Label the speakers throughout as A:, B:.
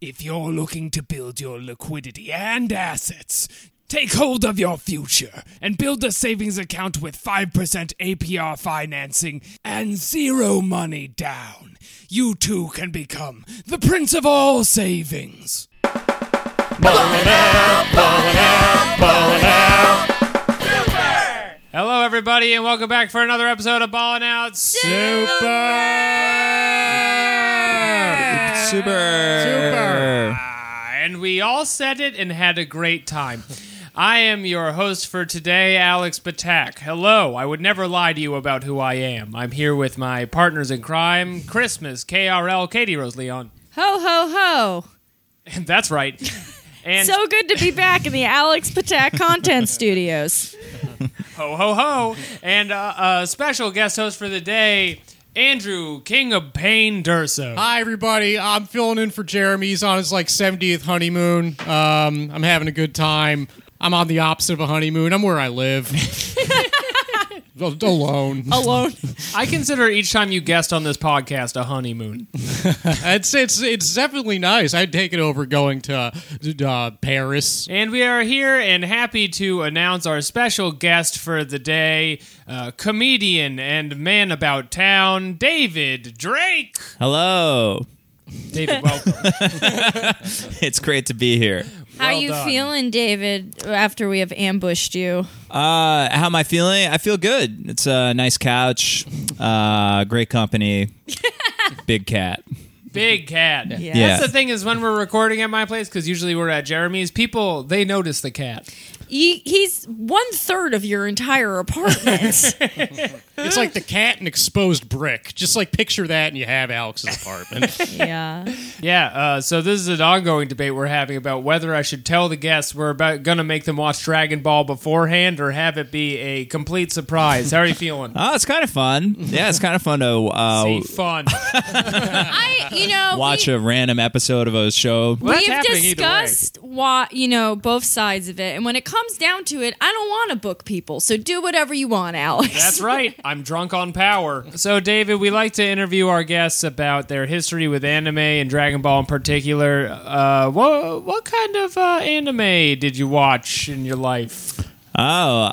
A: If you're looking to build your liquidity and assets, take hold of your future and build a savings account with 5% APR financing and zero money down. You too can become the prince of all savings. Hello, everybody, and welcome back for another episode of Ballin' Out Super.
B: Super.
A: Super. Ah, And we all said it and had a great time. I am your host for today, Alex Batak. Hello. I would never lie to you about who I am. I'm here with my partners in crime, Christmas, KRL, Katie Rose Leon.
C: Ho ho ho!
A: And that's right. And
C: So good to be back in the Alex Patak Content Studios.
A: ho ho ho. And uh, uh, special guest host for the day, Andrew, King of Pain Durso.
D: Hi, everybody. I'm filling in for Jeremy. He's on his like 70th honeymoon. Um, I'm having a good time. I'm on the opposite of a honeymoon. I'm where I live. Oh. Al- Alone.
C: Alone.
A: I consider each time you guest on this podcast a honeymoon.
D: It's it's it's definitely nice. I'd take it over going to uh, Paris.
A: And we are here and happy to announce our special guest for the day, uh, comedian and man about town, David Drake.
B: Hello.
A: David, welcome.
B: It's great to be here.
C: How
A: Well
C: you
A: done.
C: feeling, David? After we have ambushed you,
B: Uh, how am I feeling? I feel good. It's a nice couch, uh, great company, big cat.
A: Big cat.
C: Yeah.
A: That's the thing is when we're recording at my place, because usually we're at Jeremy's, people, they notice the cat.
C: he, he's one third of your entire apartment.
D: It's like the cat and exposed brick. Just like picture that, and you have Alex's apartment.
C: yeah.
A: Yeah, uh, so this is an ongoing debate we're having about whether I should tell the guests we're about gonna make them watch Dragon Ball beforehand or have it be a complete surprise. How are you feeling?
B: Oh, it's kind of fun. Yeah, it's kind of fun to uh,
A: See, fun.
C: I, you know,
B: watch
C: we,
B: a random episode of a show.
A: Well, that's
C: we've
A: happening either way.
C: discussed why, you know, both sides of it, and when it comes down to it, I don't want to book people. So do whatever you want, Alex.
A: That's right. I'm drunk on power. So, David, we like to interview our guests about their history with anime and Dragon Ball in particular. Uh, what what kind of uh, anime did you watch in your life?
B: Oh, uh,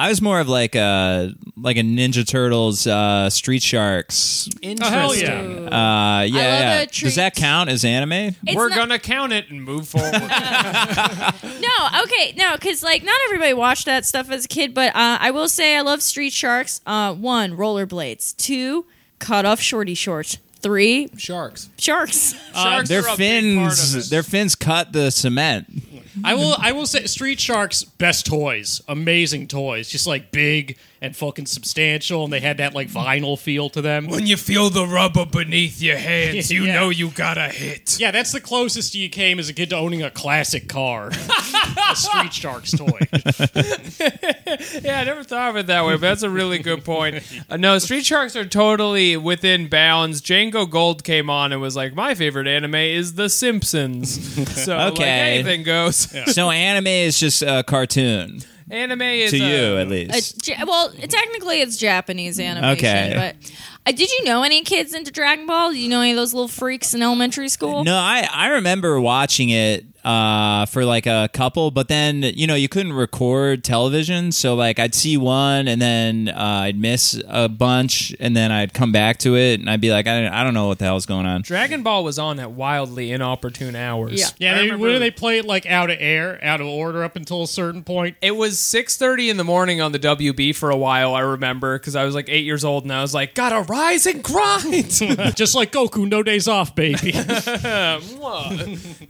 B: I was more of like a like a Ninja Turtles, uh, Street Sharks.
A: Interesting.
D: hell yeah.
B: Uh, yeah, yeah.
C: a treat.
B: Does that count as anime?
C: It's
A: We're
C: not-
A: gonna count it and move forward. Uh,
C: No, okay, no, because like not everybody watched that stuff as a kid, but uh, I will say I love Street Sharks. Uh, one, rollerblades. Two, cut off shorty shorts. Three,
A: Sharks.
C: sharks.
A: Sharks
B: Their
A: are a big part of
B: fins,
A: it.
B: their fins cut the cement.
D: I will I will say Street Sharks best toys, amazing toys, just like big and fucking substantial, and they had that like vinyl feel to them.
A: When you feel the rubber beneath your hands,
D: you know
A: you got a hit.
D: Yeah, that's the closest you came as a kid to owning a classic car, a Street Sharks toy.
A: Yeah, I never thought of it that way, but that's a really good point. Uh, no, Street Sharks are totally within bounds. Django Gold came on and was like, my favorite anime is The Simpsons. So like,
B: Okay.
A: anything goes.
B: So anime is just a cartoon
A: Anime is
B: to
A: uh,
B: you, at
C: Uh,
B: least.
C: Ja- well, technically it's Japanese animation,
B: Okay.
C: but uh, did you know any kids into Dragon Ball? Did you know any of those little freaks in elementary school?
B: No, I I remember watching it uh, for like a couple, but then you know you couldn't record television, so like I'd see one and then uh, I'd miss a bunch, and then I'd come back to it and I'd be like, I don't, I don't know what the hell's going on.
A: Dragon Ball was on at wildly inopportune hours.
C: Yeah.
D: Yeah,
A: I
D: they,
A: remember-
D: wouldn't they play it like out of air, out of order up until a certain point?
A: It was 6:30 in the morning on the WB for a while. I remember because I was like eight years old, and I was like, "Gotta rise and grind."
D: Just like Goku, no days off, baby.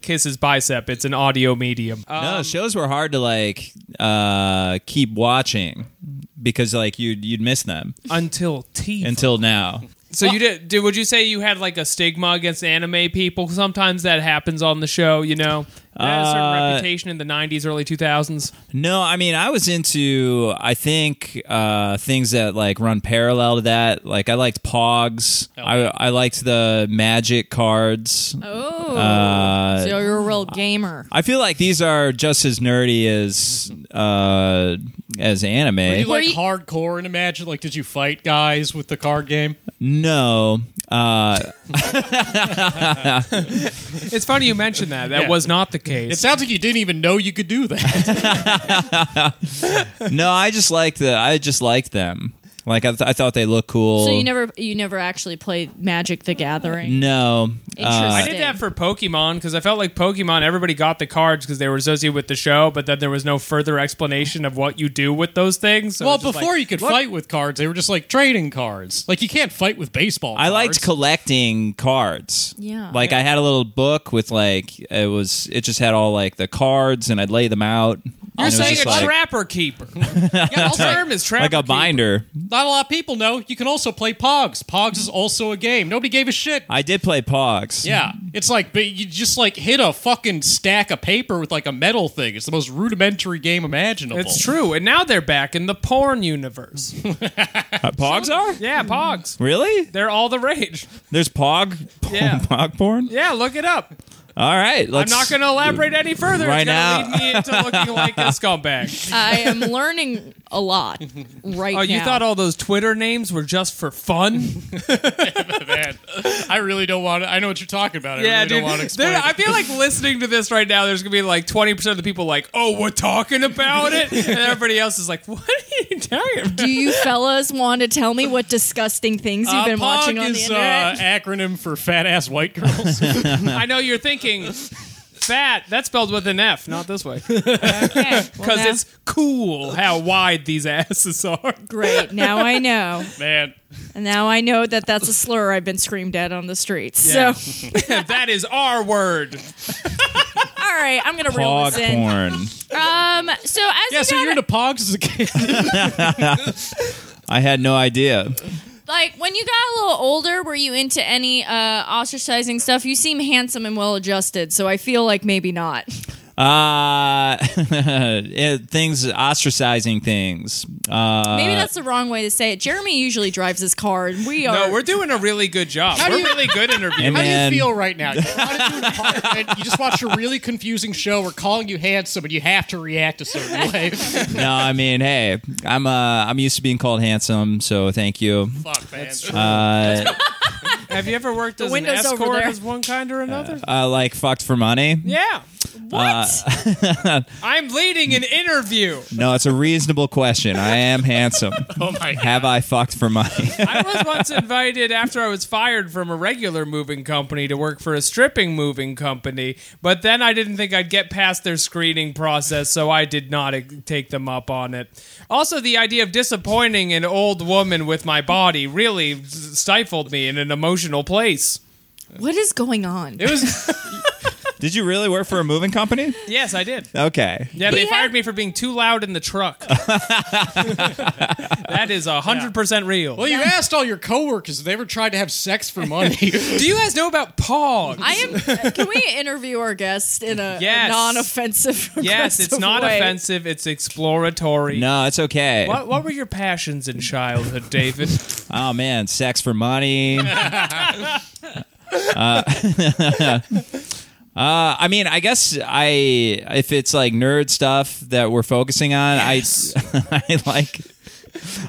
A: Kiss his bicep. It's an audio medium. Uh,
B: No, shows were hard to like uh, keep watching because like you'd you'd miss them
A: until T.
B: until now.
A: So you did, did? Would you say you had like a stigma against anime people? Sometimes that happens on the show. You know, had a certain
B: Uh,
A: reputation in the 90s, early 2000s.
B: No, I mean I was into I think uh, things that like run parallel to that. Like I liked Pogs. I I liked the Magic cards.
C: Oh,
B: Uh,
C: so you're a real gamer.
B: I feel like these are just as nerdy as uh, as
D: Did you
B: anime.
C: Were
D: like
C: you-
D: hardcore and imagine? Like, did you fight guys with the card game?
B: No, uh,
A: It's funny you mentioned that. That
D: Yeah.
A: was not the
D: It
A: case.
D: sounds like you didn't even know you could do that.
B: no, I just liked the I just liked them. Like I, th- I thought they looked cool.
C: So you never you never actually played Magic the Gathering.
B: No,
A: I
B: uh,
A: did that for Pokemon because I felt like Pokemon, everybody got the cards because they were associated with the show, but then there was no further explanation of what you do with those things. So
D: well,
A: it's just like-
D: before you could fight with cards, they were just like trading cards. Like, you can't fight with baseball.
B: I liked
D: cards.
B: collecting cards.
C: Yeah.
B: like I had a little book with like it was it just had all like the cards and I'd lay them out. And it
A: You're
B: was
A: saying
B: just
A: a
B: like,
A: trapper keeper.
D: Yeah, also,
A: The term is trapper
B: like a
A: keeper.
B: binder.
D: Not a lot of people know you can also play Pogs. Pogs is also a game. Nobody gave a shit.
B: I did play Pogs.
D: Yeah, it's like, but you just like hit a fucking stack of paper with like a metal thing. It's the most rudimentary game imaginable.
A: It's true. And now they're back in the porn universe.
B: Uh, Pogs are
A: Yeah, pogs.
B: really
A: They're all the rage.
B: there's Pog
A: Yeah.
B: Pog porn.
A: Yeah, look it up.
B: All right,
A: I'm
B: let's.
A: not going to elaborate any further.
B: Right
A: it's going
B: now-
A: to lead me into looking like a scumbag.
C: I am learning a lot right
A: Oh,
C: now.
A: you thought all those Twitter names were just for fun?
D: Man, I really don't want to. I know what you're talking about. I really don't want to explain.
A: There- I
D: it.
A: feel like listening to this right now. There's gonna be like 20 percent of the people like, "Oh, we're talking about it," and everybody else is like, "What are you talking about?"
C: Do you fellas want to tell me what disgusting things you've
D: Uh,
C: been
D: Pog
C: watching on the
D: is uh,
C: internet?
D: acronym for fat ass white girls.
A: I know you're thinking. Fat, that's spelled with an F, not this way. Because
C: Okay, well, now-
A: it's cool how wide these asses are.
C: great. Now I know.
D: Man,
C: And now I know that that's a slur I've been screamed at on the streets.
A: Yeah.
C: So,
A: that is our word.
C: all right, I'm going to reel
B: Pog
C: this in.
B: porn.
C: Um, so as
D: yeah.
C: you
D: So
C: got-
D: you're into Pogs as a kid.
B: I had no idea.
C: like when you got a little older, were you into any uh, ostracizing stuff? You seem handsome and well adjusted, so I feel like maybe not.
B: Uh, it, things ostracizing things. Uh,
C: Maybe that's the wrong way to say it. Jeremy usually drives his car, and we are.
A: No, we're doing a really good job.
D: do
A: We're
D: you-
A: really good interviewing.
B: And
D: How
B: then-
D: do you feel right now? You're not into Pog, and you just watched a really confusing show. We're calling you handsome, and you have to react a certain way.
B: no, I mean, hey, I'm uh, I'm used to being called handsome, so thank you.
D: Fuck, man.
B: Uh,
A: Have you ever worked as an
C: window's over
A: escort
C: there.
A: of one kind or another?
B: I Uh, like fucked for money. Uh,
A: yeah.
C: what?
A: I'm leading an interview.
B: No, it's a reasonable question. I am handsome.
D: oh my god.
B: Have I fucked for money?
A: I was once invited after I was fired from a regular moving company to work for a stripping moving company, but then I didn't think I'd get past their screening process, so I did not uh, take them up on it. Also, the idea of disappointing an old woman with my body really stifled me in an emotional place.
C: what is going on?
A: It was
B: Did you really work for a moving company?
A: yes, I did.
B: Okay.
A: Yeah, they
C: He
A: fired
C: had-
A: me for being too loud in the truck. that is hundred percent real.
D: Well, you asked all your coworkers if they ever tried to have sex for money.
A: do you guys know about Pog?
C: I am. Can we interview our guest in a, a
A: Yes.
C: non-offensive?
A: Yes, it's
C: aggressive
A: not
C: way?
A: offensive. It's exploratory.
B: No, it's okay.
A: What, what were your passions in childhood, David?
B: Oh man, sex for money. uh, uh, I mean, I guess I if it's like nerd stuff that we're focusing on, I I like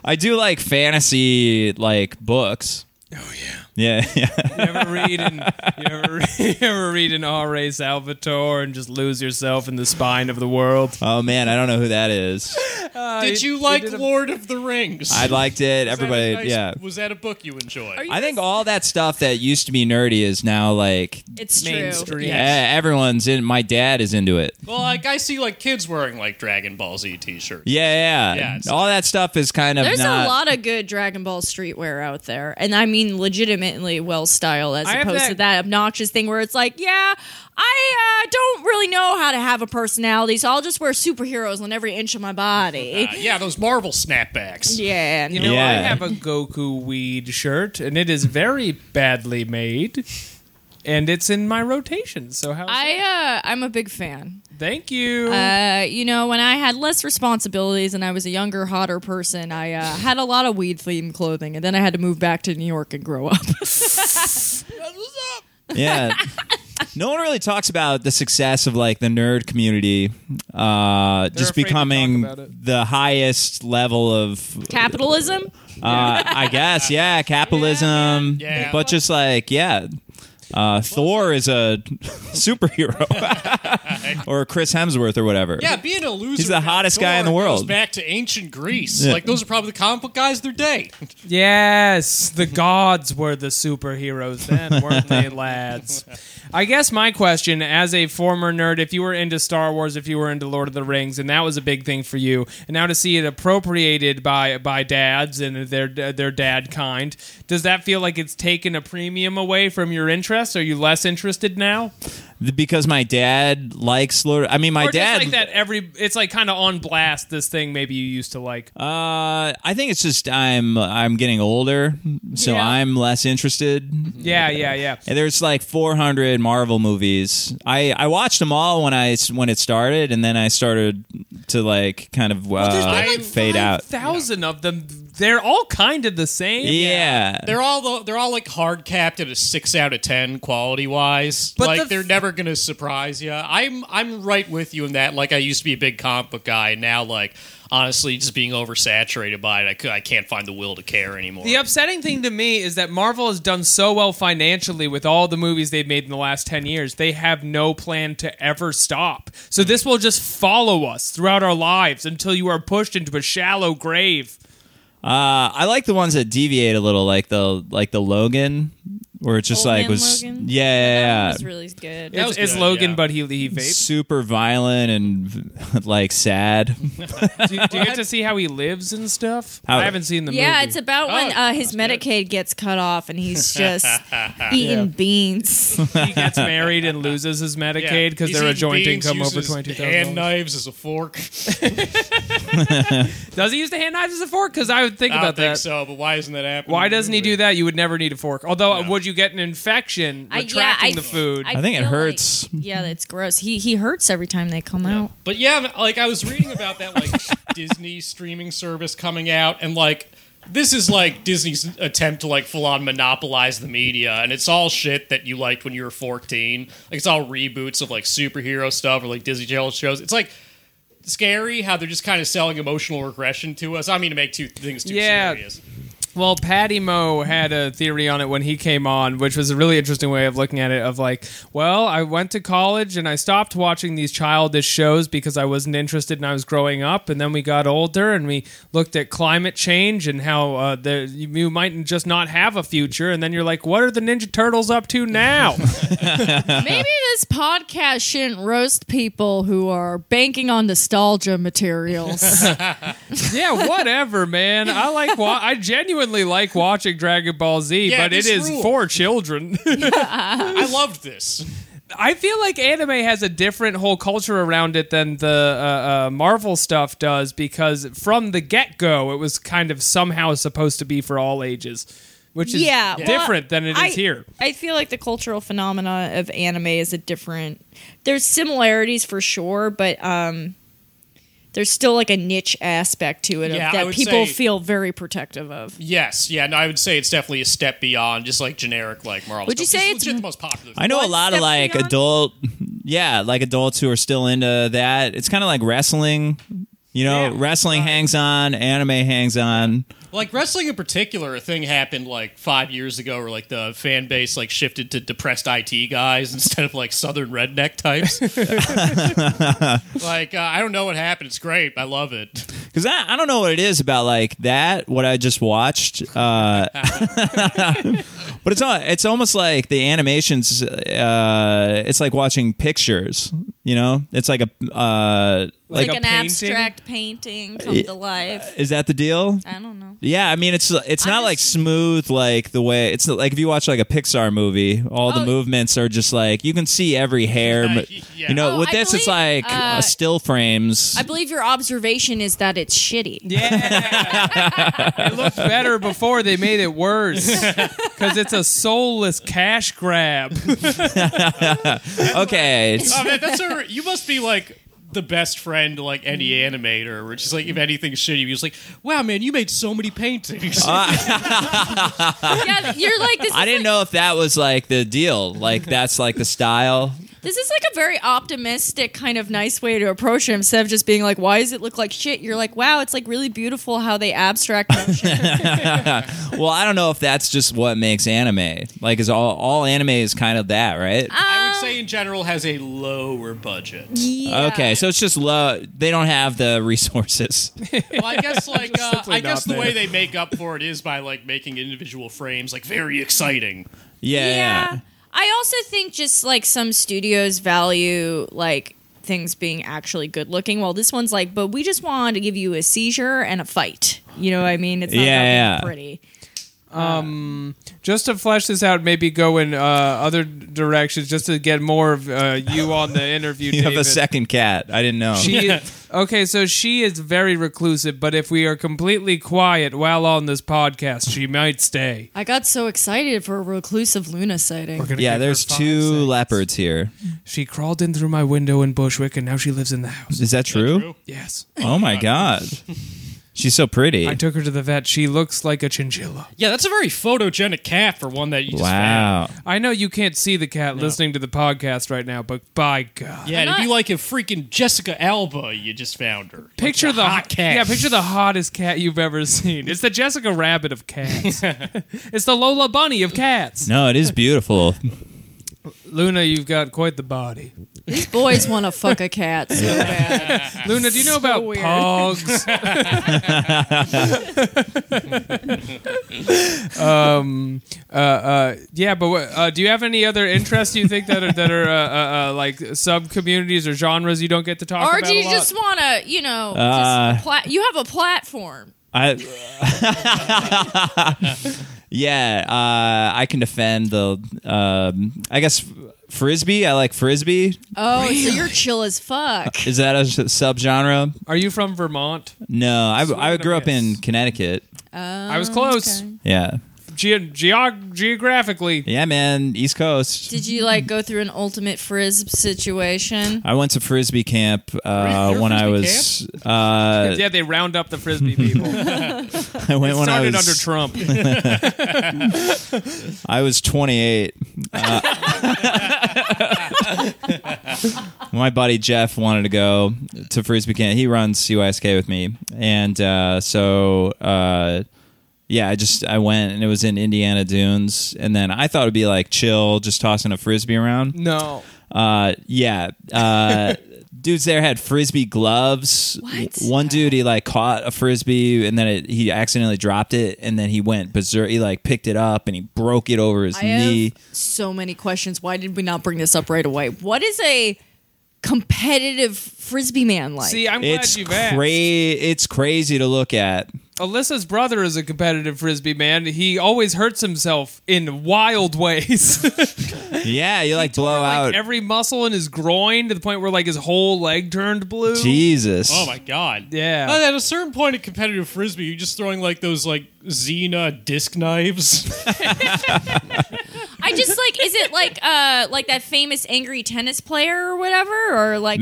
B: I do like fantasy like books. Oh yeah. Yeah, yeah.
A: you ever read in you ever, re- you ever read in R.A. Salvatore and just lose yourself in the spine of the world?
B: Oh man, I don't know who that is.
D: Did you
A: he
D: like
A: Uh, did a-
D: Lord of the Rings?
B: I liked it.
D: Was that a
B: Everybody,
D: nice-
B: yeah.
D: Was that a book you enjoyed?
C: you
B: I think all that stuff that used to be nerdy is now like
C: It's true.
A: Mainstream.
B: e- everyone's in. My dad is into it.
D: well, like I see, like kids wearing like Dragon Ball Z T-shirts.
B: Yeah, yeah.
D: Yeah, it's-
B: All that stuff is kind of
C: There's
B: not.
C: a lot of good Dragon Ball streetwear out there, and I mean legitimately well styled, as
A: I have
C: opposed
A: that-
C: to that obnoxious thing where it's like, yeah, I uh, don't really know how to have a personality, so I'll just wear superheroes on every inch of my body.
B: Oh
D: Uh, yeah, those Marvel snapbacks.
C: Yeah,
A: You know, I
B: Yeah.
A: have a Goku weed shirt, and it is very badly made. and it's in my rotation. So how?
C: I uh, I'm a big fan.
A: thank you.
C: Uh, you know, when I had less responsibilities and I was a younger, hotter person, I uh, had a lot of weed themed clothing, and then I had to move back to New York and grow up.
B: Yeah. No one really talks about the success of like the nerd community uh, just
A: afraid to talk
B: becoming
A: about it.
B: the highest level of
C: Capitalism.
B: Uh, I guess, yeah, capitalism.
D: Yeah.
B: But just like, yeah, uh, Thor is a superhero, or Chris Hemsworth or whatever.
D: Yeah, being a loser.
B: He's the
D: like
B: hottest guy in
D: Thor
B: the world.
D: Goes back to ancient Greece.
B: Yeah.
D: Like those are probably the comic book guys of their day.
A: Yes, the gods were the superheroes then, weren't they, lads? I guess my question, as a former nerd, if you were into Star Wars, if you were into Lord of the Rings, and that was a big thing for you, and now to see it appropriated by by dads and their their dad kind, does that feel like it's taken a premium away from your interest? Are you less interested now?
B: Because my dad likes Lord. I mean, my
A: or
B: dad.
A: just like that every it's like kind of on blast. This thing maybe you used to like.
B: Uh, I think it's just I'm I'm getting older, so
A: Yeah.
B: I'm less interested.
A: Yeah, yeah, yeah.
B: And there's like 400 Marvel movies. I, I watched them all when I when it started, and then I started to like kind of uh,
A: There's been
D: like
B: fade out.
A: thousand of them. They're all kind of the same.
B: Yeah,
D: They're all the, they're all like hard capped at a six out of ten quality wise.
A: But
D: like
A: the-
D: they're never gonna surprise you. I'm I'm right with you in that. Like I used to be a big comic book guy, and now like honestly, just being oversaturated by it, I, c- I can't find the will to care anymore.
A: The upsetting thing to me is that Marvel has done so well financially with all the movies they've made in the last 10 years. They have no plan to ever stop. So this will just follow us throughout our lives until you are pushed into a shallow grave.
B: Uh, I like the ones that deviate a little, like the like the Logan, where it's just
C: Old
B: like
C: Man
B: was
C: Logan?
B: yeah, yeah, yeah.
C: That was really good.
A: It's,
D: was
A: it's
D: good,
A: Logan,
D: yeah.
A: but he, he vapes.
B: super violent and like sad.
A: do, do you get to see how he lives and stuff?
B: How-
A: I haven't seen the
C: Yeah,
A: movie. Oh,
C: it's about when uh, his Medicaid gets cut off and he's just eating beans.
A: he gets married and loses his Medicaid because
D: He's
A: they're a
D: eating
A: joint
D: beans,
A: income over
D: uses
A: twenty
D: Hand
A: thousand dollars.
D: knives as a fork.
A: Does he use the hand knives as a fork? Because I would think
D: I
A: about
D: don't think
A: that.
D: so, but why isn't that happening?
A: Why doesn't he
D: Movie.
A: do that? You would never need a fork. Although, would you get an infection
C: I- yeah,
A: retracting
C: I-
A: the food?
B: I think
C: feel
B: it
C: like-
B: hurts.
C: yeah, that's gross. He he hurts every time they come out.
D: But yeah, like I was reading about that like Disney streaming service coming out and like this is like Disney's attempt to like full on monopolize the media and it's all shit that you liked when you were 14. Like it's all reboots of like superhero stuff or like Disney Channel shows. It's like scary how they're just kind of selling emotional regression to us. I don't mean to make two things too
A: Yeah.
D: serious.
A: Well, Patty Mo had a theory on it when he came on, which was a really interesting way of looking at it. Of like, well, I went to college and I stopped watching these childish shows because I wasn't interested and I was growing up. And then we got older and we looked at climate change and how uh, the, you you might just not have a future. And then you're like, what are the Ninja Turtles up to now?
C: Maybe this podcast shouldn't roast people who are banking on nostalgia materials.
A: yeah, whatever, man. I like. Wa- I genuinely like watching Dragon Ball Z,
D: Yeah,
A: but it
D: this
A: is
D: rule.
A: for children.
D: I loved this.
A: I feel like anime has a different whole culture around it than the uh, uh, Marvel stuff does because from the get go, it was kind of somehow supposed to be for all ages, which is
C: yeah, well,
A: different than it is
C: I-
A: here.
C: I feel like the cultural phenomena of anime is a different. There's similarities for sure, but um, there's still like a niche aspect to it of
D: Yeah, I
C: that
D: would
C: people
D: say-
C: feel very protective of.
D: Yes, yeah, no, I would say it's definitely a step beyond just like generic like Marvel.
C: Would you
D: stuff.
C: say
D: it's
C: it's
D: legit
C: m-
D: the most popular?
B: I know a
C: One
B: lot of
C: step
B: like
C: beyond?
B: adult, yeah, like adults who are still into that. It's kind of like wrestling. You know,
A: Yeah.
B: wrestling hangs on, anime hangs on.
D: Like wrestling in particular, a thing happened like five years ago where like the fan base like shifted to depressed IT guys instead of like southern redneck types. like uh, I don't know what happened. It's great. I love it.
B: Because I, I don't know what it is about like that, what I just watched. Uh, but it's all, it's almost like the animations. Uh, it's like watching pictures. You know, it's like a uh,
C: like,
B: like,
A: a
C: an
A: painting?
C: abstract painting come to life.
B: is that the deal?
C: I don't know.
B: Yeah, I mean it's it's
C: I'm
B: not
C: just-
B: like smooth like the way it's not- like if you watch like a Pixar movie, all the
C: Oh.
B: movements are just like you can see every hair. but-
D: Yeah.
B: You know,
C: Oh,
B: with
C: I
B: this it's
C: believe,
B: like
C: uh,
B: uh, still frames.
C: I believe your observation is that it's shitty.
A: Yeah, it looked better before they made it worse. because it's a soulless cash grab.
B: Okay.
D: Oh man, that's a, you must be like the best friend to, like any animator, which is like if anything shitty, you're just like, wow, man, you made so many paintings.
C: yeah, you're like this.
B: I didn't know if that was like the deal. Like that's like the style.
C: This is like a very optimistic kind of nice way to approach it instead of just being like, why does it look like shit? You're like, wow, it's like really beautiful how they abstract motion.
B: Well, I don't know if that's just what makes anime. Like is all all anime is kind of that, right?
D: I would say in general has a lower budget.
C: Yeah.
B: Okay, so it's just low. They don't have the resources.
D: Well, I guess like uh,
A: simply
D: I guess the
A: not
D: way they make up for it is by like making individual frames like very exciting.
B: Yeah. yeah.
C: I also think just like some studios value like things being actually good looking. Well, this one's like, but we just want to give you a seizure and a fight. You know what I mean? It's not
B: Yeah,
C: about being
B: yeah.
C: pretty.
A: just to flesh this out, maybe go in uh, other directions, just to get more of uh, you on the interview.
B: You have a
A: David.
B: second cat. I didn't know.
A: She is, okay, so she is very reclusive, but if we are completely quiet while on this podcast, she might stay.
C: I got so excited for a reclusive Luna sighting.
B: yeah, there's two leopards here.
A: She crawled in through my window in Bushwick, and now she lives in the house.
B: Is that true?
D: true?
A: Yes,
B: Oh my god. She's so pretty.
A: I took her to the vet. She looks like a chinchilla.
D: Yeah, that's a very photogenic cat for one that you just found.
B: wow.
A: I know you can't see the cat listening to the podcast right now, but by God,
D: Yeah, it'd
C: I'm
D: be
C: not-
D: like if freaking Jessica Alba you just found her.
A: picture
D: like
A: the
D: hot cat.
A: Yeah, picture the hottest cat you've ever seen. It's the Jessica Rabbit of cats. it's the Lola Bunny of cats.
B: No, it is beautiful.
A: Luna, you've got quite the body.
C: These boys want to fuck a cat so bad.
A: Luna, do you know about
C: weird.
A: pogs? um, uh, uh, yeah, but what, uh, do you have any other interests you think that are that are uh, uh, uh, like sub communities or genres you don't get to talk
C: Or
A: about?
C: do you
A: a lot?
C: just want to, you know,
B: Uh,
C: just pla- you have a platform.
B: I Yeah, uh, I can defend the um, I guess frisbee. I like frisbee.
C: Oh, so you're chill as fuck.
B: Is that a s- subgenre?
A: Are you from Vermont?
B: No, I, I
A: and a
B: grew up in
A: miss.
B: Connecticut.
A: I was close.
C: Um, okay.
B: Yeah.
A: Ge- geog- geographically,
B: Yeah, man, East Coast.
C: Did you like go through an ultimate frisb situation?
B: I went to frisbee camp uh,
D: Frisbee-
B: when I
D: frisbee
B: was uh,
A: yeah, they round up the frisbee people.
B: I went when I
A: Started
B: was
A: under Trump.
B: I was 28. Uh, my buddy Jeff wanted to go to Frisbee Camp. He runs CYSK with me, and uh, so uh, yeah, I just I went, and it was in Indiana Dunes, and then I thought it'd be like chill, just tossing a frisbee around.
A: No,
B: Uh, yeah. Uh, dudes there had frisbee gloves.
C: What?
B: One dude he like caught a frisbee and then it, he accidentally dropped it and then he went berserk. He like picked it up and he broke it over his
C: I
B: knee.
C: have so many questions. Why did we not bring this up right away? What is a competitive frisbee man like?
A: see, I'm
B: It's
A: glad you've asked.
B: crazy. It's crazy to look at.
A: Alyssa's brother is a competitive frisbee man. He always hurts himself in wild ways.
B: Yeah, you like blow out.
A: Every muscle in his groin to the point where like his whole leg turned blue.
B: Jesus.
D: Oh my god.
A: Yeah.
D: Well, at a certain point in competitive frisbee, you're just throwing like those like Xena disc knives.
C: I just like is it like uh like that famous angry tennis player or whatever or like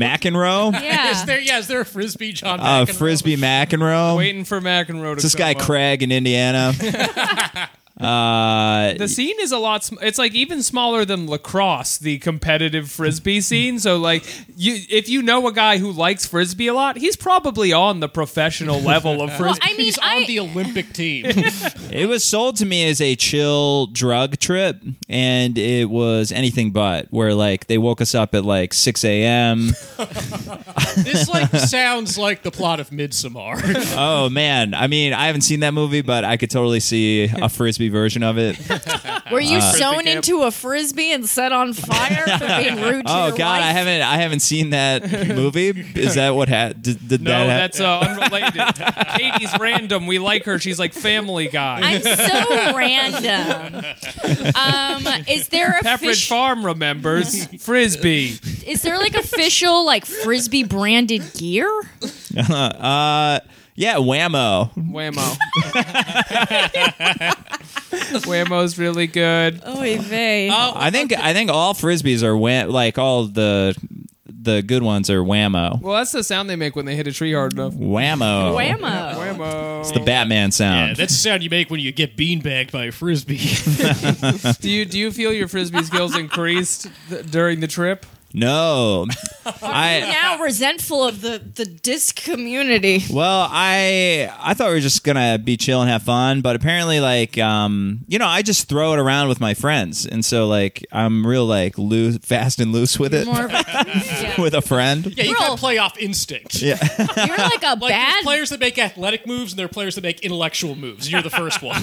B: McEnroe.
D: is
C: yeah.
D: there yeah, is there a frisbee John
B: Uh,
D: McEnroe?
B: frisbee McEnroe.
A: Waiting for McEnroe to
B: It's this
A: come
B: guy
A: up.
B: Craig in Indiana. uh,
A: The scene is a lot. Sm- it's like even smaller than lacrosse, the competitive frisbee scene. So like, you if you know a guy who likes frisbee a lot, he's probably on the professional level of
C: Well,
A: frisbee.
C: I mean
D: He's on
C: I
D: the Olympic team.
B: It was sold to me as a chill drug trip, and it was anything but. Where like they woke us up at like six a.m.
D: this like sounds like the plot of Midsommar.
B: oh man, I mean, I haven't seen that movie, but I could totally see a frisbee version of it.
C: were you sewn
A: camp.
C: into a frisbee and set on fire for being rude to
B: Oh
C: your
B: god,
C: wife?
B: I haven't, I haven't seen that movie. Is that what ha- did, did
A: no,
B: that?
A: that's uh, unrelated. Katie's random. We like her. She's like Family Guy.
C: I'm so random. Um, is there a
A: Pepperidge
C: fish,
A: Farm remembers frisbee.
C: is there like official like frisbee branded gear?
B: hap- uh, yeah, Whammo.
A: Whammo. Whammo's really good.
C: Oh, vey.
B: I think I think all frisbees are wham- like all the the good ones are whammo.
A: Well, that's the sound they make when they hit a tree hard enough.
B: Whammo.
C: Whammo.
A: Whammo.
B: The Batman
D: Yeah,
B: sound.
D: that's the sound you make when you get beanbagged by a frisbee.
A: Do you do you feel your frisbee skills increased th- during the trip?
B: no. I
C: Now resentful of the the disc community.
B: Well, I I thought we were just gonna be chill and have fun, but apparently, like, um, you know, I just throw it around with my friends, and so like I'm real like loose, fast and loose with it,
C: More of a, yeah.
B: with a friend.
D: yeah, you
C: Bro.
D: got playoff instinct.
C: You're like a
D: Like there's
C: bad.
D: players that make athletic moves and there are players that make intellectual moves. and You're the first one.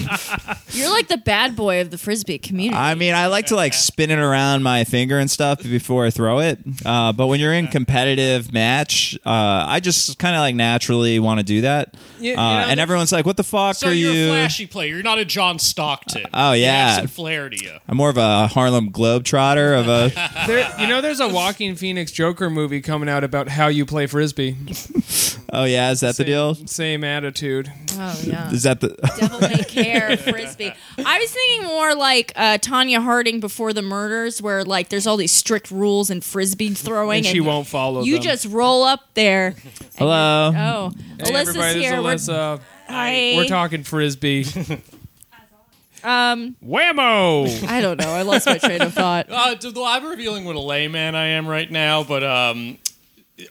C: You're like the bad boy of the frisbee community.
B: I mean, I like to like spin it around my finger and stuff before I throw it. Uh, but when you're in competitive match, uh, I just kind of like naturally want to do that.
A: Yeah, you
B: uh,
A: know,
B: and
A: the-
B: everyone's like, "What the fuck
D: so
B: are
D: you're
B: you?"
D: a flashy player. You're not a John Stockton.
B: Oh,
D: You have
B: yeah.
D: some flair to you.
B: I'm more of a Harlem Globetrotter of a.
A: There, you know, there's a Walking Phoenix Joker movie coming out about how you play frisbee.
B: oh yeah, is that the deal?
A: Same attitude.
C: oh yeah.
B: Is that the?
C: Devil may care frisbee. I was thinking more like uh, Tanya Harding before the murders, where like there's all these strict rules in frisbee throwing,
A: And she won't follow.
C: You
A: them.
C: just roll up there.
B: Hello.
C: Oh,
A: Hey,
C: Alyssa's
A: everybody, this is
C: here. We're,
A: Alyssa.
C: hi.
A: We're talking frisbee.
C: Um,
A: Whammo!
C: I don't know. I lost my train of thought.
D: Uh, d- well, I'm revealing what a layman I am right now, but um,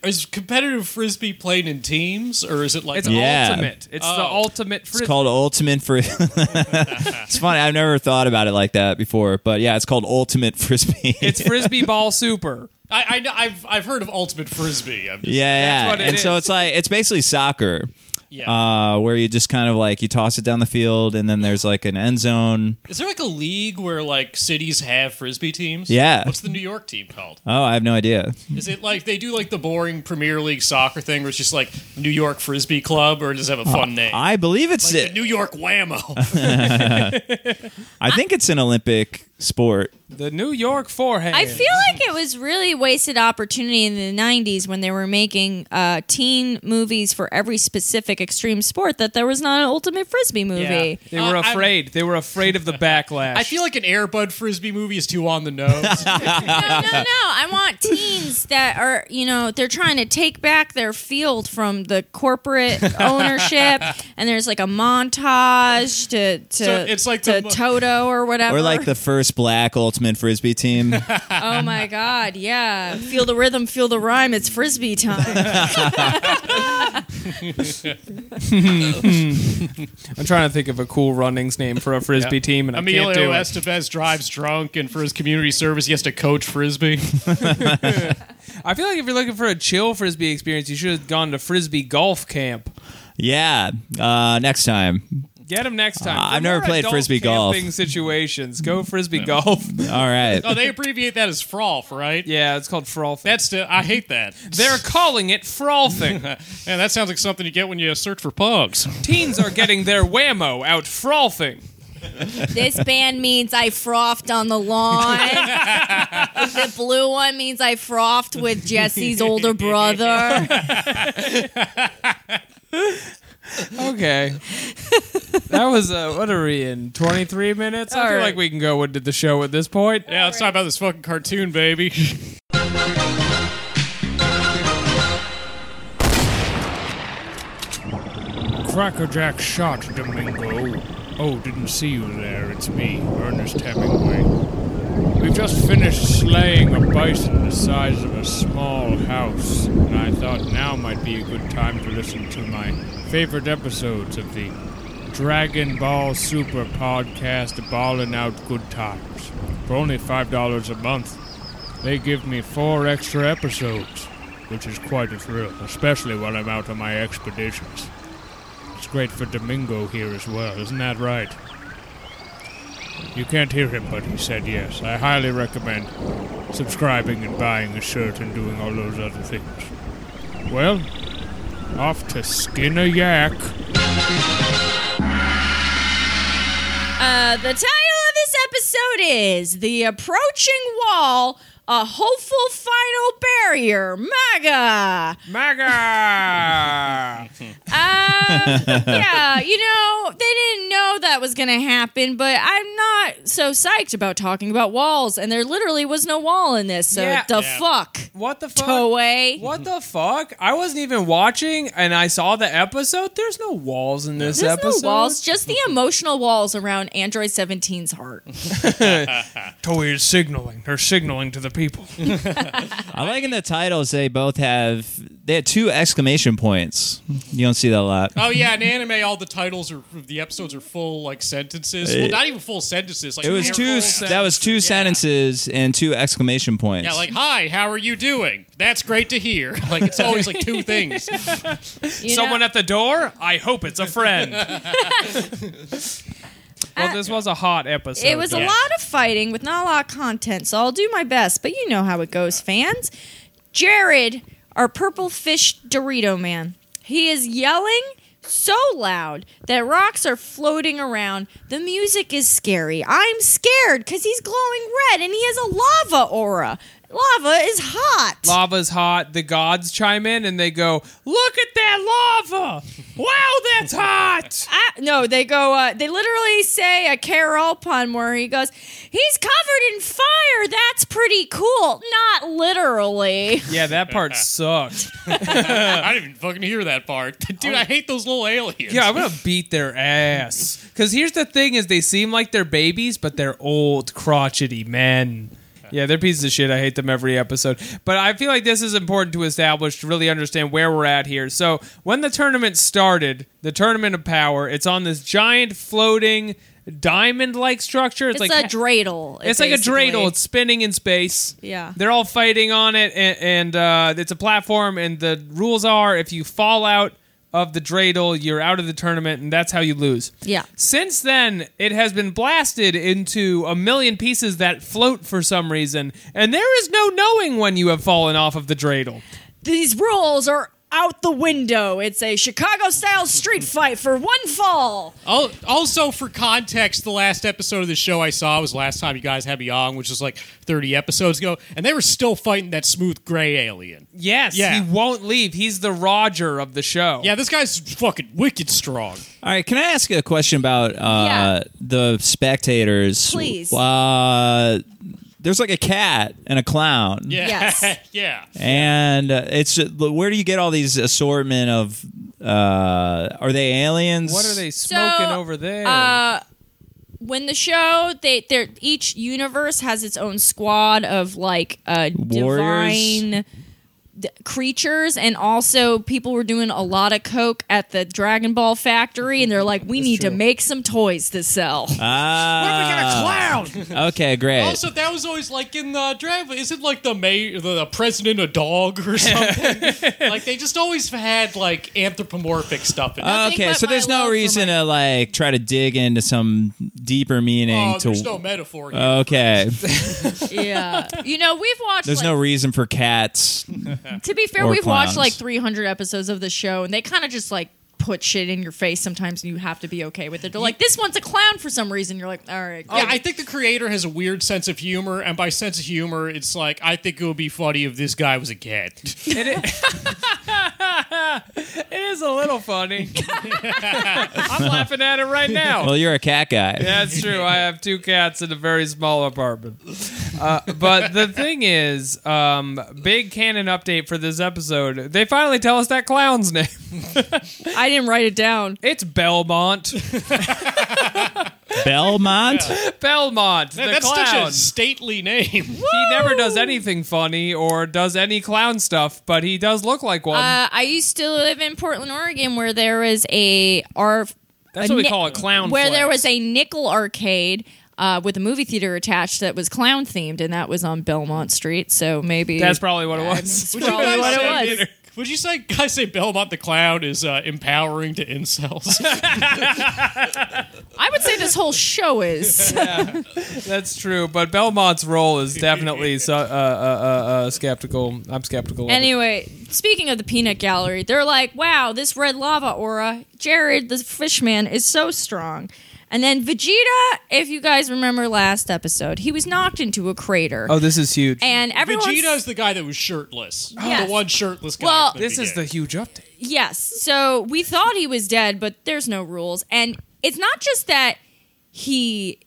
D: is competitive frisbee played in teams or is it like
A: It's
D: a-
B: Yeah.
A: ultimate. It's the
D: Oh.
A: ultimate frisbee.
B: It's called Ultimate Frisbee. it's funny. I've never thought about it like that before, but yeah, it's called Ultimate Frisbee.
A: It's frisbee ball super.
D: I, have I've heard of ultimate frisbee. I'm just,
B: yeah, yeah.
A: what it
B: and so
A: is.
B: it's like it's basically soccer,
D: yeah.
B: uh, where you just kind of like you toss it down the field, and then there's like an end zone.
D: is there like a league where like cities have frisbee teams?
B: Yeah.
D: What's the New York team called?
B: Oh, I have no idea.
D: Is it like they do like the boring Premier League soccer thing where it's just like New York Frisbee Club or does it have a
A: Oh,
D: fun name?
B: I believe it's.
D: Like the New York Whammo.
B: I think it's an Olympic sport.
A: The New York forehand.
C: I feel like it was really wasted opportunity in the 90s when they were making uh, teen movies for every specific extreme sport that there was not an Ultimate Frisbee movie.
A: they were
D: Uh, I'm-
A: afraid. they were afraid of the backlash.
D: I feel like an Airbud Frisbee movie is too on the nose.
C: No, no, no. I want teens that are, you know, they're trying to take back their field from the corporate ownership. and there's like a montage to, to,
D: So it's like
C: to
D: the mo-
C: Toto or whatever.
B: Or like the first black Ultimate Frisbee team.
C: Oh my God. Yeah. Feel the rhythm, feel the rhyme. It's Frisbee time.
A: I'm trying to think of a cool runnings name for a frisbee team, and I can't
D: Emilio
A: do it.
D: Estevez drives drunk, and for his community service, he has to coach Frisbee.
A: I feel like if you're looking for a chill frisbee experience, you should have gone to frisbee golf camp.
B: yeah. Uh, next time.
A: Get him next time.
B: Uh,
A: For
B: I've never
A: more
B: played
A: adult
B: frisbee golf.
A: camping Situations. Go frisbee golf.
B: All right.
D: oh, they abbreviate that as froth, right?
A: Yeah, it's called froth.
D: That's the, I hate that.
A: They're calling it frothing.
D: Man, that sounds like something you get when you search for pugs.
A: Teens are getting their whammo out frothing.
C: This band means I frothed on the lawn. the blue one means I frothed with Jesse's older brother.
A: Okay. that was uh, what are we in? Twenty three minutes. I
C: All
A: feel
C: right.
A: like we can go into the show at this point.
D: Yeah, let's talk about this fucking cartoon, baby.
E: Crackerjack shot, Domingo. Oh, didn't see you there. It's me, Ernest Hemingway. We've just finished slaying a bison the size of a small house, and I thought now might be a good time to listen to my favorite episodes of the Dragon Ball Super podcast, Ballin' Out Good Times. For only $5 a month, they give me four extra episodes, which is quite a thrill, especially while I'm out on my expeditions. It's great for Domingo here as well, isn't that right? You can't hear him, but he said yes. I highly recommend subscribing and buying a shirt and doing all those other things. Well, off to skin a yak.
C: Uh, the title of this episode is The Approaching Wall A Hopeful Final Barrier. MAGA.
A: Maga.
C: Um, yeah, you know, they didn't know that was going to happen, but I'm not so psyched about talking about walls, and there literally was no wall in this, so
A: Yeah.
C: the
D: Yeah.
C: fuck?
A: What the fuck?
C: Toei.
A: What the fuck? I wasn't even watching, and I saw the episode. There's no walls in this
C: There's
A: episode.
C: no walls, just the emotional walls around Android 17's heart.
A: Toei is signaling. They're signaling to the people.
B: I like in the titles they both have they had two exclamation points. You don't see that a lot.
D: Oh yeah, in anime, all the titles are the episodes are full like sentences. Well, not even full sentences. Like
B: It was
D: they're
B: two.
D: full
B: s- That was two sentences and two exclamation points.
D: Yeah, like hi, how are you doing? That's great to hear. Like it's always like two things.
C: you know?
A: Someone at the door. I hope it's a friend. well, this was a hot episode.
C: It was a
D: Yeah.
C: lot of fighting with not a lot of content, so I'll do my best, but you know how it goes, fans. Jared, our purple fish Dorito man, he is yelling so loud that rocks are floating around. The music is scary. I'm scared because he's glowing red and he has a lava aura. Lava is hot.
A: Lava's hot. The gods chime in and they go, "Look at that lava! Wow, that's hot!"
C: Ah, no, they go. Uh, they literally say a Carol pun where he goes, "He's covered in fire. That's pretty cool." Not literally.
A: Yeah, that part sucked.
D: I didn't even fucking hear that part, dude. I hate those little aliens.
A: Yeah, I'm gonna beat their ass. Because here's the thing: is they seem like they're babies, but they're old, crotchety men. Yeah, they're pieces of shit. I hate them every episode. But I feel like this is important to establish to really understand where we're at here. So when the tournament started, the tournament of power, it's on this giant floating diamond-like structure. It's,
C: It's
A: like
C: a dreidel.
A: it's like a
C: basically.
A: dreidel. It's spinning in space.
C: Yeah.
A: They're all fighting on it, and, and uh, it's a platform. And the rules are if you fall out of the dreidel, you're out of the tournament, and that's how you lose.
C: Yeah.
A: Since then, it has been blasted into a million pieces that float for some reason, and there is no knowing when you have fallen off of the dreidel.
C: These rules are out the window. It's a Chicago-style street fight for one fall.
A: Oh,
D: Al- Also, for context, the last episode of the show I saw was last time you guys had me on, which was like 30 episodes ago, and they were still fighting that smooth gray alien.
A: Yes,
D: Yeah.
A: he won't leave. He's the Roger of the show.
D: Yeah, this guy's fucking wicked strong.
B: All right, can I ask a question about uh,
C: Yeah.
B: the spectators?
C: Please.
B: Uh, there's like a cat and a clown.
D: Yeah.
C: Yes.
D: yeah.
B: And uh, it's where do you get all these assortment of? Uh, are they aliens?
A: What are they smoking over there?
C: uh, When the show, they they each universe has its own squad of like uh,
B: Warriors.
C: divine d- creatures, and also people were doing a lot of coke at the Dragon Ball factory, and they're like, "We need to make some toys to sell."
D: Uh,
B: Ah,
D: clown?
B: okay, great.
D: Also, that was always like in the draft. Isn't like the mayor, the, the president, a dog or something? like they just always had like anthropomorphic stuff. In it.
C: Nothing
B: okay,
C: but
B: so
C: my
B: there's
C: love
B: no
C: for
B: reason
C: my-
B: to like try to dig into some deeper meaning
D: oh,
B: to. uh,
D: there's no metaphor. Here.
B: okay,
C: yeah, you know, we've watched.
B: there's
C: like,
B: no reason for cats.
C: To be fair,
B: Or
C: we've watched
B: clowns.
C: like 300 episodes of the show, and they kind of just like put shit in your face sometimes, and you have to be okay with it. They're like, "This one's a clown for some reason." You're like, "All right."
D: Yeah, I think the creator has a weird sense of humor, and by sense of humor, it's like I think it would be funny if this guy was a cat.
A: It i- it is a little funny. I'm laughing at it right now.
B: Well, you're a cat guy.
A: That's true. I have two cats in a very small apartment. Uh, but the thing is, um, big canon update for this episode. They finally tell us that clown's name.
C: I didn't write it down.
A: It's Belmont.
B: Belmont.
A: Belmont, the
D: That's
A: clown.
D: such a stately name.
A: he never does anything funny or does any clown stuff, but he does look like one.
C: Uh, I used to live in Portland, Oregon, where there was a R.
A: That's
C: a
A: what we
C: ni-
A: call a clown.
C: Where
A: flex.
C: there was a nickel arcade. Uh, with a movie theater attached that was clown themed, and that was on Belmont Street. So maybe
A: That's probably what it was.
C: That's probably what
D: say,
C: it was.
D: Would you say guys say Belmont the Clown is uh, empowering to incels?
C: I would say this whole show is.
A: That's true, but Belmont's role is definitely so, uh, uh, uh, uh, skeptical. I'm skeptical. of it.
C: Anyway, speaking of the peanut gallery, they're like, wow, this red lava aura, Jared the fish man is so strong. And then Vegeta, if you guys remember last episode, he was knocked into a crater.
A: Oh, this is huge.
C: And everyone's
D: Vegeta's the guy that was shirtless.
C: Yes.
D: The one shirtless guy.
C: Well-
D: from
A: this is the
D: beginning.
A: huge update.
C: Yes. So we thought he was dead, but there's no rules. And it's not just that he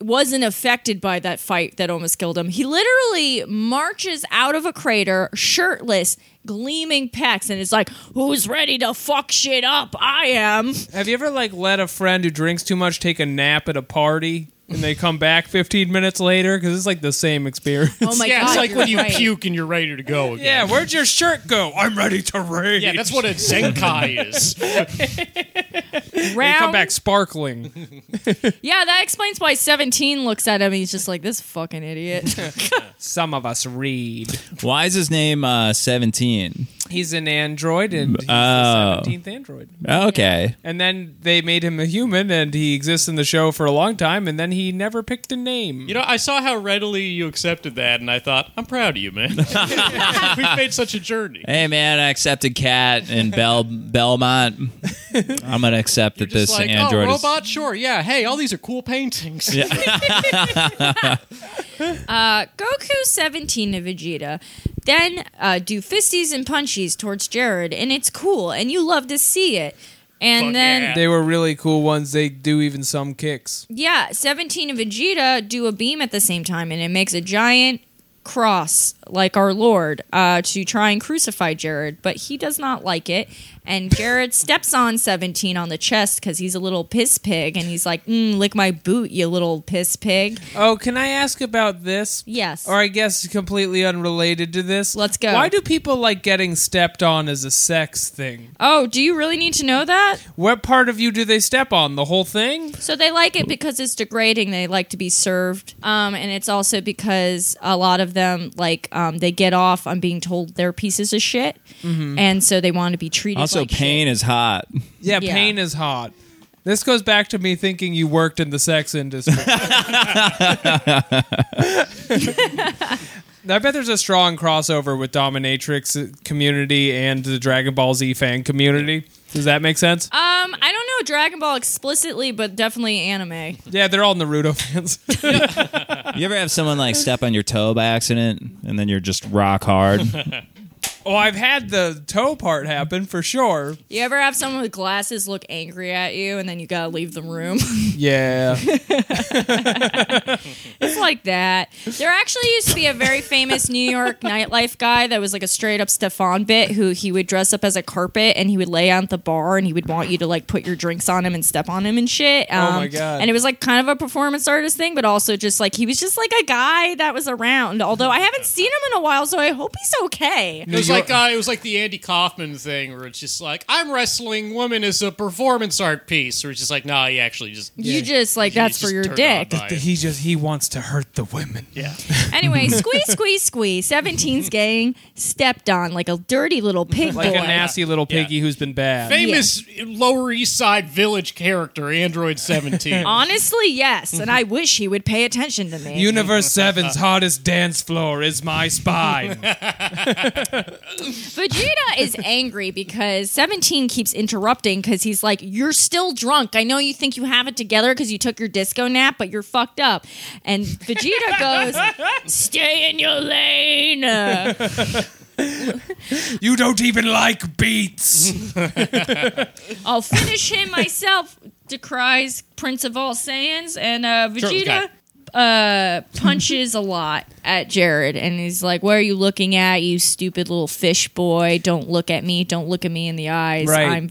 C: wasn't affected by that fight that almost killed him. He literally marches out of a crater, shirtless, gleaming pecs, and is like, Who's ready to fuck shit up? I am.
A: Have you ever like let a friend who drinks too much take a nap at a party and they come back 15 minutes later because it's like the same experience?
C: Oh my
D: yeah,
C: god.
D: it's like
C: you're
D: when you
C: right.
D: puke and you're ready to go again.
A: yeah, where'd your shirt go? I'm ready to rage.
D: Yeah, that's what a Zenkai is.
A: They
C: Round,
A: come back sparkling.
C: Yeah, that explains why 17 looks at him. and He's just like, This fucking idiot.
A: Some of us read.
B: Why is his name uh, 17?
A: He's an android and he's
B: Oh.
A: the 17th android.
B: Okay.
A: And then they made him a human and he exists in the show for a long time and then he never picked a name.
D: You know, I saw how readily you accepted that, and I thought, I'm proud of you, man. We've made such a journey.
B: Hey, man, I accepted Cat and Bel- Belmont. I'm going to accept that
D: Just
B: this
D: like,
B: android
D: oh,
B: is.
D: robot, sure, yeah. Hey, all these are cool paintings.
C: Uh, Goku 17 to Vegeta, then uh, do fisties and punchies towards Jared, and it's cool, and you love to see it. And
D: Fuck
C: then,
D: yeah.
A: They were really cool ones. They do even some kicks.
C: yeah. 17 and Vegeta do a beam at the same time, and it makes a giant cross, like our Lord, uh, to try and crucify Jared, but he does not like it. And Jared steps on 17 on the chest because he's a little piss pig, and he's like, mm, lick my boot, you little piss pig.
A: Oh, can I ask about this?
C: Yes.
A: Or I guess completely unrelated to this.
C: Let's go.
A: Why do people like getting stepped on as a sex thing?
C: Oh, do you really need to know that?
A: What part of you do they step on? The whole thing?
C: So they like it because it's degrading. They like to be served, um, and it's also because a lot of them like um, they get off on being told they're pieces of shit, and so they want to be treated.
B: Mm-hmm. also,
C: like
B: pain
C: shit.
B: is hot.
A: Yeah,
C: Yeah.
A: pain is hot. This goes back to me thinking you worked in the sex industry. I bet there's a strong crossover with Dominatrix community and the Dragon Ball Z fan community. Does that make sense?
C: Um, I don't know Dragon Ball explicitly, but definitely anime.
A: yeah, they're all Naruto fans.
B: You ever have someone like step on your toe by accident and then you're just rock hard?
A: well, Oh, I've had the toe part happen for sure.
C: You ever have someone with glasses look angry at you, and then you gotta leave the room?
A: Yeah.
C: It's like that. There actually used to be a very famous New York nightlife guy that was like a straight up Stefan bit who he would dress up as a carpet and he would lay out at the bar and he would want you to like put your drinks on him and step on him and shit. Um,
A: my God.
C: And it was like kind of a performance artist thing, but also just like he was just like a guy that was around. Although I haven't seen him in a while, so I hope he's okay.
D: It was like uh, it was like the Andy Kaufman thing, where it's just like I'm wrestling woman as a performance art piece, where it's just like, nah, he actually just
C: You just like
D: he
C: that's
D: just
C: for your
D: turned on
C: dick.
D: by it.
A: he just he wants to hurt the women.
D: Yeah,
C: Anyway, squeeze, squeeze, squeeze. 17's gang stepped on like a dirty little pig
A: Like
C: boy.
A: a nasty little piggy who's been bad.
D: famous Lower East Side village character, Android Seventeen.
C: Honestly, yes, and I wish he would pay attention to me.
A: Universe 7's hottest dance floor is my spine.
C: Vegeta is angry because 17 keeps interrupting because he's like, You're still drunk. I know you think you have it together because you took your disco nap, but you're fucked up. And Vegeta goes, Stay in your lane. And
A: you don't even like beats.
C: I'll finish him myself, decries Prince of All Saiyans. And uh,
D: Turtles guy.
C: Vegeta. Uh, punches a lot at Jared, and he's like, "What are you looking at, you stupid little fish boy? Don't look at me! Don't look at me in the eyes!
A: Right.
C: I'm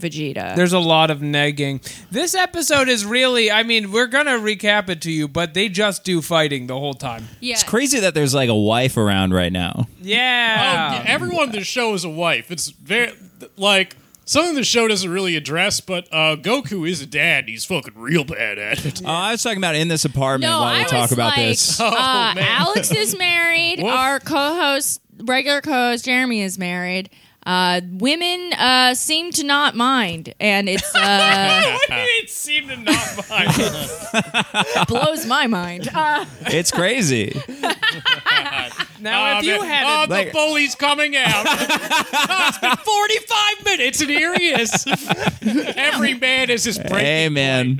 C: Vegeta."
A: There's a lot of negging. This episode is really, I mean, we're going to recap it to you, but they just do fighting the whole time.
C: yeah,
B: It's crazy that there's like a wife around right now.
A: Yeah.
D: Um, everyone in the show is a wife. It's very like something the show doesn't really address, but uh, Goku is a dad. He's fucking real bad at it.
B: Oh, I was talking about in this apartment
C: No,
B: while
C: I
B: we talk
C: was
B: about
C: like,
B: this.
D: Oh,
C: uh, Alex is married.
D: Woof.
C: Our co-host, regular co-host Jeremy, is married. Uh, women uh, seem to not mind, and it's
A: Oh,
C: uh,
D: it seemed to not mind.
C: blows my mind. Uh,
B: It's crazy.
A: now, if you had
D: oh,
A: a-
D: the
B: like-
D: bully's coming out. Oh, it's been 45 minutes, and here he is. Every man is his breaking
B: hey, man.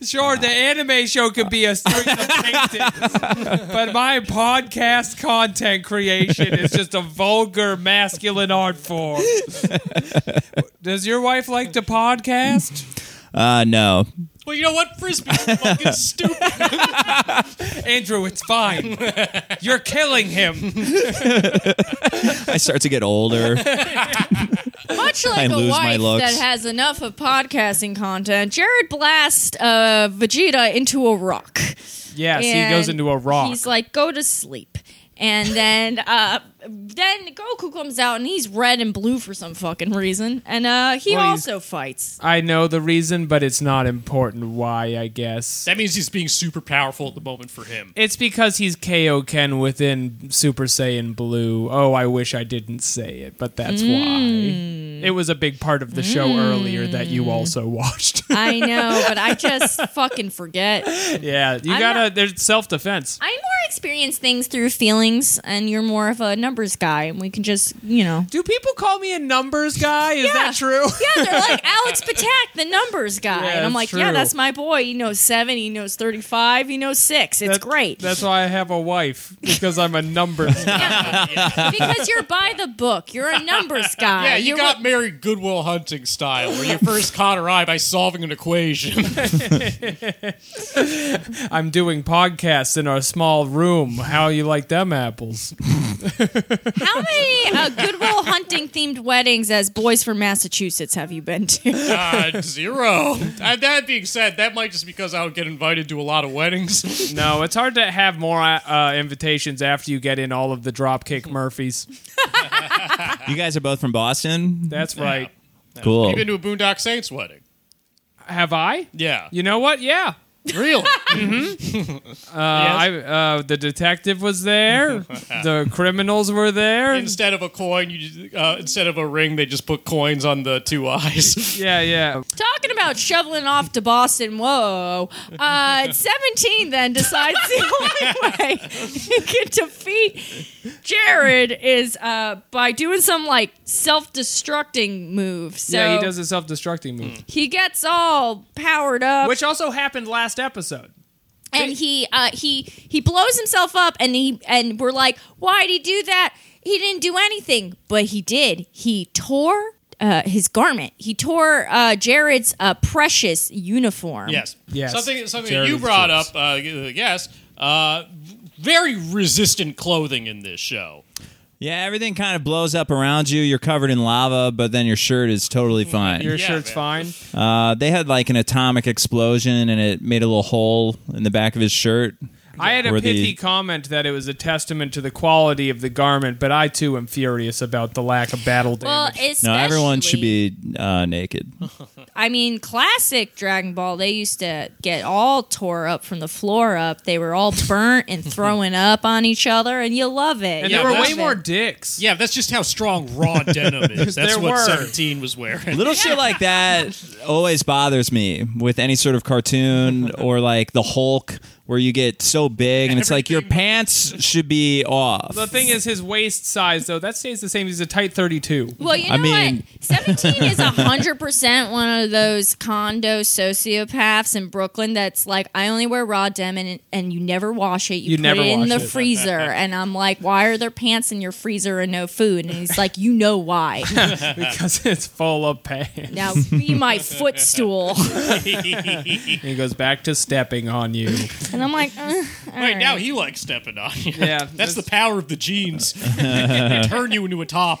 A: Sure, the anime show could be a string of paintings, but my podcast content creation is just a vulgar masculine art form. Does your wife like to podcast?
B: Uh, no.
D: Well, you know what? Frisbee's fucking stupid.
A: Andrew, it's fine. You're killing him.
B: I start to get older.
C: Much like
B: I
C: a
B: lose my
C: wife
B: looks.
C: that has enough of podcasting content, Jared blasts uh, Vegeta into a rock.
A: Yes, he goes
C: And
A: into a rock.
C: He's like, go to sleep. And then uh, then Goku comes out and he's red and blue for some fucking reason. And uh, he
A: Well, he's-
C: also fights.
A: I know the reason, but it's not important why, I guess.
D: That means he's being super powerful at the moment for him.
A: It's because he's KO Ken within Super Saiyan Blue. Oh, I wish I didn't say it, but that's
C: Hmm.
A: why. It was a big part of the show earlier that you also watched.
C: I know, but I just fucking forget.
A: yeah, you
C: I'm
A: gotta.
C: not-
A: there's self defense.
C: I more experience things through feelings, and you're more of a numbers guy, and we can just, you know.
A: Do people call me a numbers guy? Is
C: Yeah.
A: that true?
C: Yeah, they're like Alex Patak, the numbers guy.
A: Yeah,
C: and I'm
A: that's
C: like, yeah,
A: true.
C: that's my boy. He knows seven, he knows 35, he knows six. It's
A: That-
C: great.
A: That's why I have a wife because I'm a numbers. guy.
C: Yeah, because you're by the book. You're a numbers
A: Uh,
C: guy.
D: Yeah, you
C: You're
D: got married Goodwill Hunting style, where you first caught her eye by solving an equation.
A: I'm doing podcasts in our small room. How you like them apples?
C: How many uh, Goodwill Hunting themed weddings as boys from Massachusetts have you been to?
D: Uh, zero. Uh, that being said, that might just be because I don't get invited to a lot of weddings.
A: No, it's hard to have more uh, invitations after you get in all of the Dropkick Murphys.
B: You guys are both from Boston.
A: That's right.
B: Cool.
D: You've been to a Boondock Saints wedding.
A: Have I?
D: Yeah.
A: You know what? Yeah.
D: Really?
A: Uh, I, uh, the detective was there. the criminals were there.
D: instead of a coin, you uh, instead of a ring, they just put coins on the two eyes.
A: Yeah, yeah.
C: Talking about shoveling off to Boston, whoa. Uh, 17 then decides the only way he can defeat Jared is uh, by doing some like self destructing move. So
A: yeah, he does a self destructing move.
C: he gets all powered up.
A: Which also happened last episode.
C: and he uh, he he blows himself up and he and we're like why would he do that he didn't do anything but he did he tore uh, his garment he tore uh, jared's uh, precious uniform
D: yes.
A: Yes.
D: Something something
A: Jared
D: you
A: is
D: brought
A: James.
D: up. Uh, yes. Uh, very resistant clothing in this show.
B: yeah, everything kind of blows up around you. You're covered in lava, but then your shirt is totally
A: Your
B: fine.
D: Yeah,
A: shirt's
D: man.
A: fine.
B: Uh, they had like an atomic explosion, and it made a little hole in the back of his shirt.
A: I had a
B: Where the-
A: pithy comment that it was a testament to the quality of the garment, but I too am furious about the lack of battle
C: well
A: damage.
C: especially,
B: No, everyone should be uh, naked.
C: i mean classic dragon ball they used to get all tore up from the floor up they were all burnt and throwing up on each other and you love it
A: and
C: You
D: Yeah,
A: there were
C: love
A: way
C: it.
A: more dicks.
D: Yeah, that's just how strong raw denim is. That's
A: There
D: what
A: were.
D: 17 was wearing.
B: Little shit like that always bothers me with any sort of cartoon or like the Hulk, where you get so big and it's like your pants should be off.
A: The thing is, his waist size though that stays the same. He's a tight thirty-two.
C: Well, you know
B: I mean-
C: what? 17 is 100% one of those condo sociopaths in Brooklyn that's like, I only wear raw denim and, and you never wash it. You,
A: You
C: put
A: never
C: it in
A: wash
C: the
A: it.
C: freezer. and I'm like, why are there pants in your freezer and no food? And he's like, you know why.
A: because it's full of pants.
C: Now be my footstool.
A: And he goes back to stepping on you.
C: And I'm like, "Uh." "Ugh, all
D: Right now,
C: right."
D: he likes stepping on you.
A: Yeah,
D: that's
A: that's-
D: the power of the jeans. Turn you into a top.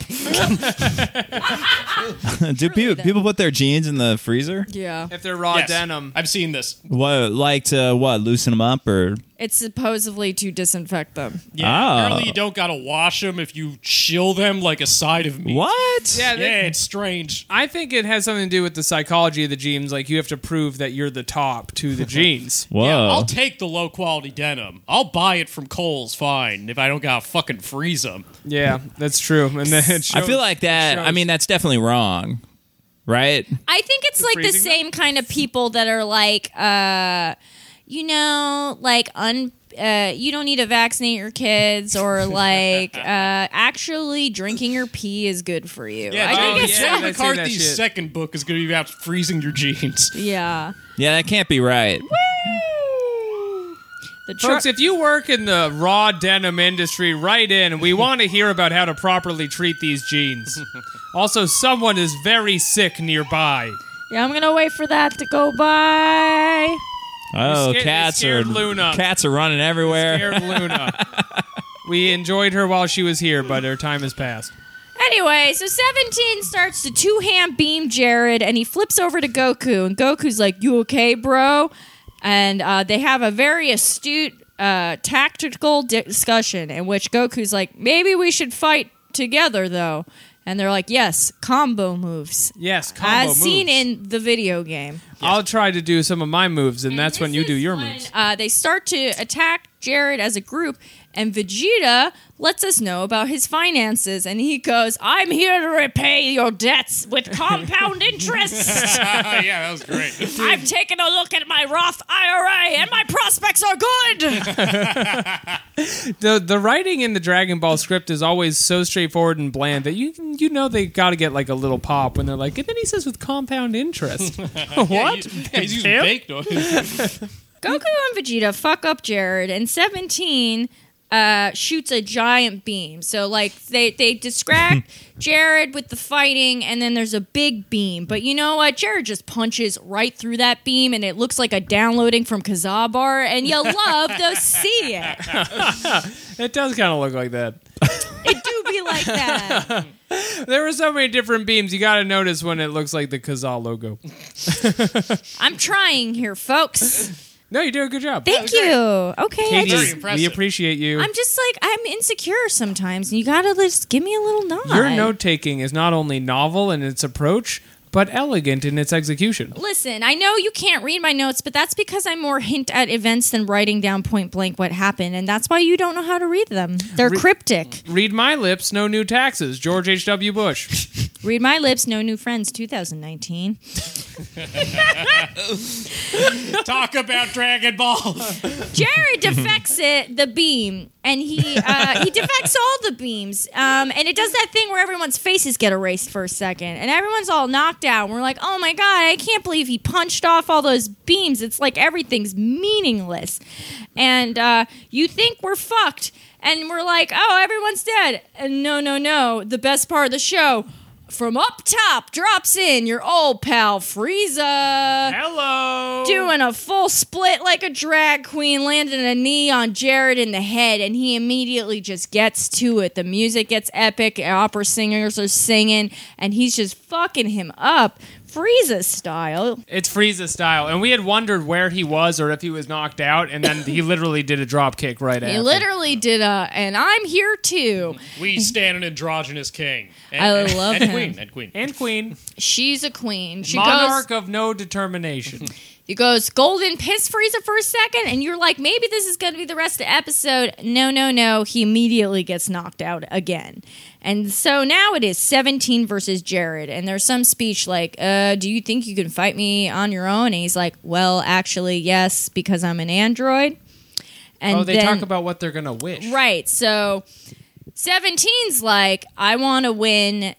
B: Do people, people put their jeans in the freezer?
C: Yeah.
A: If they're raw
D: Yes,
A: denim,
D: I've seen this.
B: What, like to what loosen them up or
C: It's supposedly to disinfect them.
D: Yeah,
B: Oh.
D: apparently you don't gotta wash them if you chill them like a side of meat.
B: what?
A: yeah, they-
D: Yeah, it's strange.
A: I think it has something to do with the psychology of the genes. Like you have to prove that you're the top to the genes.
B: Whoa.
D: Yeah, I'll take the low quality denim. I'll buy it from Kohl's, fine, if I don't gotta fucking freeze them.
A: yeah, that's true. And then it
B: I
A: shows-
B: feel like that.
A: shows.
B: I mean, that's definitely wrong, right?
C: I think it's like the
A: freezing them?
C: same kind of people that are like, uh, you know, like un uh, you don't need to vaccinate your kids or like uh, actually drinking your pee is good for you.
D: Yeah,
C: I
A: oh,
C: think it's
A: yeah,
C: yeah.
A: I've seen that shit.
D: McCarthy's second book is going to be about freezing your jeans.
B: Yeah, that can't be right.
C: The truck.
A: Folks, if you work in the raw denim industry, write in. We want to hear about how to properly treat these jeans. Also, someone is very sick nearby.
C: yeah, I'm gonna wait for that to go by.
B: Oh,
A: scared- they
B: cats are
A: scared Luna.
B: cats are running everywhere.
A: Scared Luna. We enjoyed her while she was here, but her time has passed.
C: Anyway, so 17 starts to two hand beam Jared and he flips over to Goku. And Goku's like, You okay, bro? And uh, they have a very astute uh, tactical discussion in which Goku's like, Maybe we should fight together, though. And they're like, Yes, combo moves.
A: Yes, combo
C: as
A: moves.
C: seen in the video game.
A: I'll try to do some of my moves, and, that's when
C: This
A: you do
C: is
A: your
C: when,
A: moves.
C: Uh, they start to attack Jared as a group, and Vegeta lets us know about his finances, and he goes, "I'm here to repay your debts with compound interest.
D: yeah, that was great.
C: I've taken a look at my Roth IRA, and my prospects are good."
A: The the writing in the Dragon Ball script is always so straightforward and bland that you you know they got to get like a little pop when they're like, and then he says with compound interest. what?
D: He's using fake noise.
C: Goku and Vegeta fuck up Jared, and seventeen. Uh, shoots a giant beam. So like they they distract Jared with the fighting, and then there's a big beam. But you know what? Jared just punches right through that beam, and it looks like a downloading from Kazabar, and you love to see it.
A: It does kind of look like that.
C: It do be like that.
A: There are so many different beams. You got to notice when it looks like the Kazaa logo.
C: I'm trying here, folks.
A: No, you do a good job.
C: Thank you. Okay, I
A: Katie,
D: Very
C: just,
D: impressive.
A: we appreciate you.
C: I'm just like I'm insecure sometimes, and you gotta just give me a little nod.
A: Your note taking is not only novel in its approach, but elegant in its execution.
C: Listen, I know you can't read my notes, but that's because I'm more hint at events than writing down point blank what happened, and that's why you don't know how to read them. They're cryptic.
A: Read my lips, no new taxes. George H.W. Bush.
C: Read my lips, no new friends, 2019.
D: Talk about Dragon Ball.
C: Jared defects it, the beam, and he uh, he defects all the beams, um, and it does that thing where everyone's faces get erased for a second, and everyone's all knocked out. We're like, oh my god, I can't believe he punched off all those beams. It's like everything's meaningless, and uh, you think we're fucked, and we're like, oh, everyone's dead, and no, no, no. The best part of the show. From up top drops in your old pal Frieza
A: Hello.
C: doing a full split like a drag queen, landing a knee on Jared in the head, and he immediately just gets to it. The music gets epic, opera singers are singing, and he's just fucking him up. Frieza style.
A: It's Frieza style, and we had wondered where he was or if he was knocked out, and then he literally did a drop kick right
C: He
A: after.
C: literally did a, and I'm here too.
D: We stand an androgynous king. And,
C: I
D: and-
C: love
D: and
C: him.
D: queen. And queen.
A: and Queen,
C: She's a queen. She goes,
A: monarch of no determination.
C: he goes golden piss Frieza for a second, and you're like, maybe this is going to be the rest of the episode. No, no, no. He immediately gets knocked out again. And so now it is 17 versus Jared, and there's some speech like, uh, Do you think you can fight me on your own? And he's like, Well, actually, yes, because I'm an android. And
A: oh, they
C: then-
A: talk about what they're gonna wish.
C: Right. So 17's like, I want to win.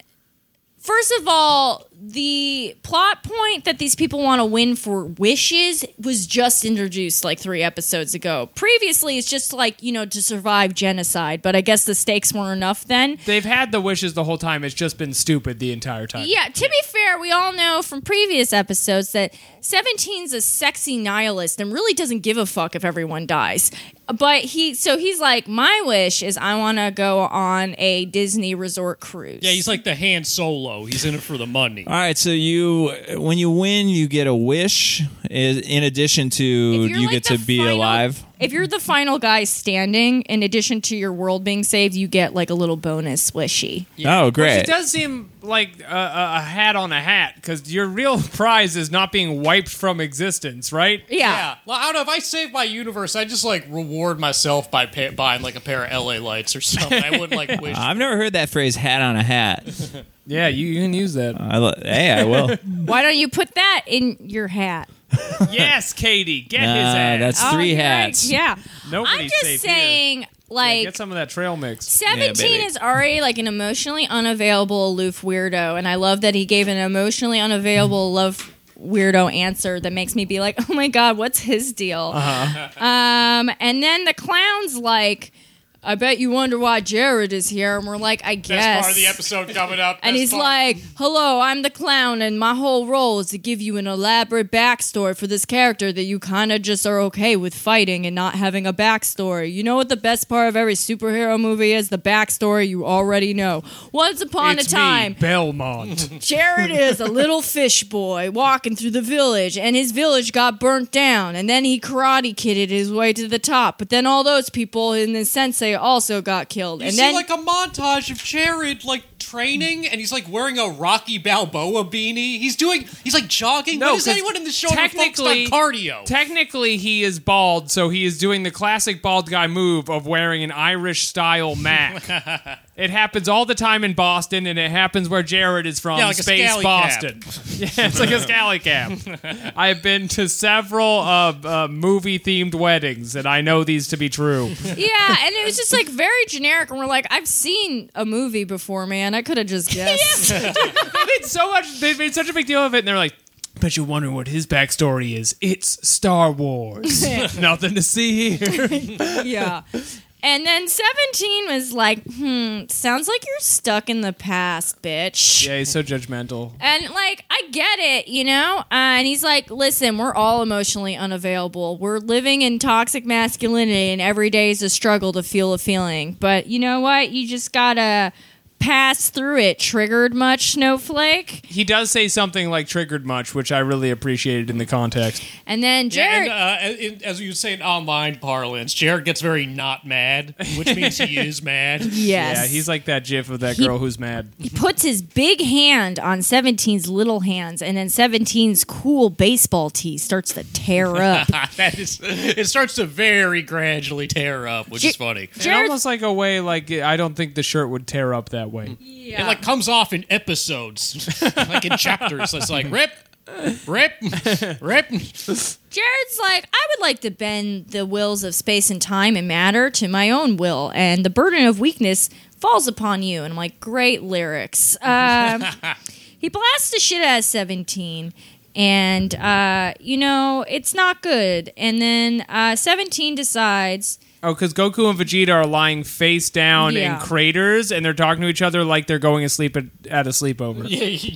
C: First of all, the plot point that these people want to win for wishes was just introduced like three episodes ago. Previously, it's just like, you know, to survive genocide, but I guess the stakes weren't enough then.
A: They've had the wishes the whole time. It's just been stupid the entire time.
C: Yeah, to be fair, we all know from previous episodes that 17's a sexy nihilist and really doesn't give a fuck if everyone dies. But he, so he's like, my wish is I want to go on a Disney resort cruise.
D: Yeah, he's like the hand solo. He's in it for the money.
B: All right, so you when you win, you get a wish. Is in addition to
C: If you're
B: you
C: like
B: get
C: the
B: to be
C: final-
B: alive.
C: If you're the final guy standing, in addition to your world being saved, you get like a little bonus wishy.
B: Oh,
A: It
B: great!
A: does seem like a, a, a hat on a hat because your real prize is not being wiped from existence, right?
D: Yeah. Well, I don't know. If I save my universe, I just like reward myself by pay- buying like a pair of LA lights or something. I wouldn't like wish.
B: I've never heard that phrase "hat on a hat."
A: Yeah, you, you can use that.
B: I, lo- hey, I will.
C: Why don't you put that in your hat?
A: yes, Katie, get his
B: Nah,
A: ass.
B: that's
C: Oh,
B: three
C: you're right.
B: hats.
C: Yeah.
A: Nobody's
C: I'm just
A: safe here.
C: saying, like,
A: Get some of that trail mix.
C: 17
B: baby.
C: is already like an emotionally unavailable aloof weirdo and i love that he gave an emotionally unavailable love weirdo answer that makes me be like oh my god what's his deal um, and then the clown's like i bet you wonder why jared is here and we're like i
D: Best
C: guess
D: part of the episode coming up.
C: and
D: Best
C: he's
D: part.
C: like, "Hello, I'm the clown, and my whole role is to give you an elaborate backstory for this character that you kind of just are okay with fighting and not having a backstory. You know what the best part of every superhero movie is? The backstory you already know. Once upon
A: It's
C: a time,
A: me, Belmont.
C: Jared is a little fish boy walking through the village, and his village got burnt down. And then he karate kidded his way to the top. But then all those people in the sensei also got killed.
D: You
C: and
D: see
C: then
D: like a montage of Jared like training, and he's like wearing a Rocky Balboa beanie. He's doing, he's like jogging.
A: No,
D: No, when is
A: 'cause
D: anyone in the show ever focused on
A: technically-
D: cardio?
A: Technically, he is bald, so he is doing the classic bald guy move of wearing an Irish style mac. it happens all the time in Boston, and it happens where Jared is from,
D: Yeah, like a
A: Space
D: scally
A: Boston. yeah, it's like a scally cab. I have been to several uh, uh, movie themed weddings, and I know these to be true.
C: Yeah, and it was just like very generic, and we're like, I've seen a movie before, man. I could have just guessed.
A: they made so much. They made such a big deal of it, and they're like. Bet you're wondering what his backstory is. It's Star Wars. Nothing to see here.
C: yeah. And then 17 was like, hmm, sounds like you're stuck in the past, bitch.
A: Yeah, he's so judgmental.
C: And like, I get it, you know? Uh, and he's like, listen, we're all emotionally unavailable. We're living in toxic masculinity, and every day is a struggle to feel a feeling. But you know what? You just gotta pass through it. Triggered much, snowflake?
A: He does say something like triggered much, which I really appreciated in the context.
C: And then
D: Yeah,
C: Jared.
D: and, uh, in, as you say in online parlance, Jared gets very not mad, which means he is mad.
C: yes.
A: Yeah, he's like that gif of that
C: He-
A: girl who's mad.
C: he puts his big hand on 17's little hands, and then 17's cool baseball tee starts to tear up.
D: that is, it starts to very gradually tear up, which is
C: J-
D: funny.
A: In
C: Jared's-
A: almost like a way like I don't think the shirt would tear up that way.
D: It like comes off in episodes, like in chapters. It's like rip, rip, rip.
C: Jared's like, I would like to bend the wills of space and time and matter to my own will, and the burden of weakness falls upon you. And I'm like, great lyrics. Um, he blasts the shit out of 17, and, uh, you know, it's not good. And then uh, 17 decides.
A: Oh, because Goku and Vegeta are lying face down
C: Yeah.
A: in craters, and they're talking to each other like they're going asleep at, at a sleepover.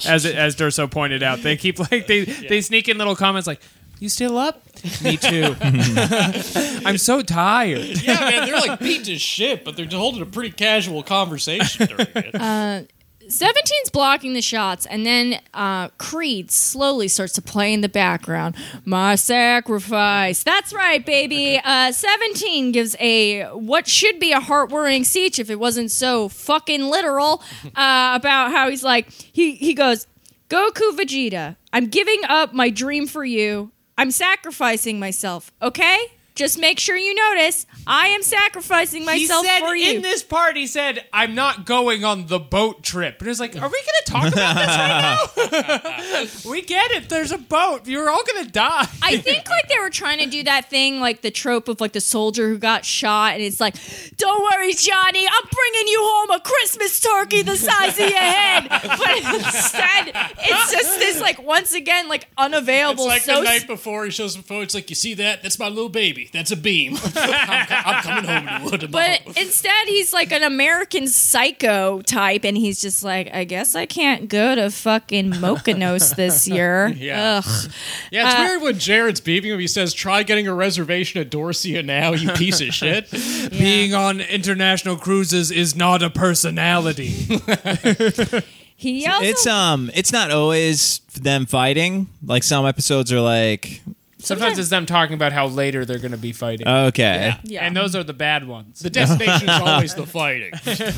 A: as as Durso pointed out, they keep like they they sneak in little comments like, "You still up? Me too. I'm so tired."
D: Yeah, man, they're like beat to shit, but they're holding a pretty casual conversation during it.
C: 17's blocking the shots, and then uh, Creed slowly starts to play in the background. My sacrifice. That's right, baby. Uh, 17 gives a what should be a heartwarming speech if it wasn't so fucking literal uh, about how he's like, he, he goes, Goku Vegeta, I'm giving up my dream for you. I'm sacrificing myself, okay? Just make sure you notice I am sacrificing
A: He
C: myself
A: said
C: for you.
A: in this part, he said, "I'm not going on the boat trip." But it's like, are we going to talk about this right now? we get it. There's a boat. You're all going to die.
C: I think like they were trying to do that thing, like the trope of like the soldier who got shot, and it's like, "Don't worry, Johnny, I'm bringing you home a Christmas turkey the size of your head." But instead, it's just this like once again like
D: It's
C: unavailable.
D: like
C: so
D: the night before he shows up phone. It's like you see that? That's my little baby. That's a beam. I'm, co- I'm coming home to wood tomorrow.
C: but instead, he's like an American psycho type, and he's just like, "I guess I can't go to fucking Mokonos this year."
D: Yeah.
C: Ugh. Uh,
D: yeah, it's weird when Jared's beeping him. He says, "Try getting a reservation at Dorsia now, you piece of shit."
A: Being on international cruises is not a personality.
C: He yells.
B: It's
C: a-
B: um, it's not always them fighting. Like some episodes are like,
A: Sometimes it's them talking about how later they're going to be fighting,
B: okay,
C: yeah.
A: and those are the bad ones.
D: The destination is always the fighting.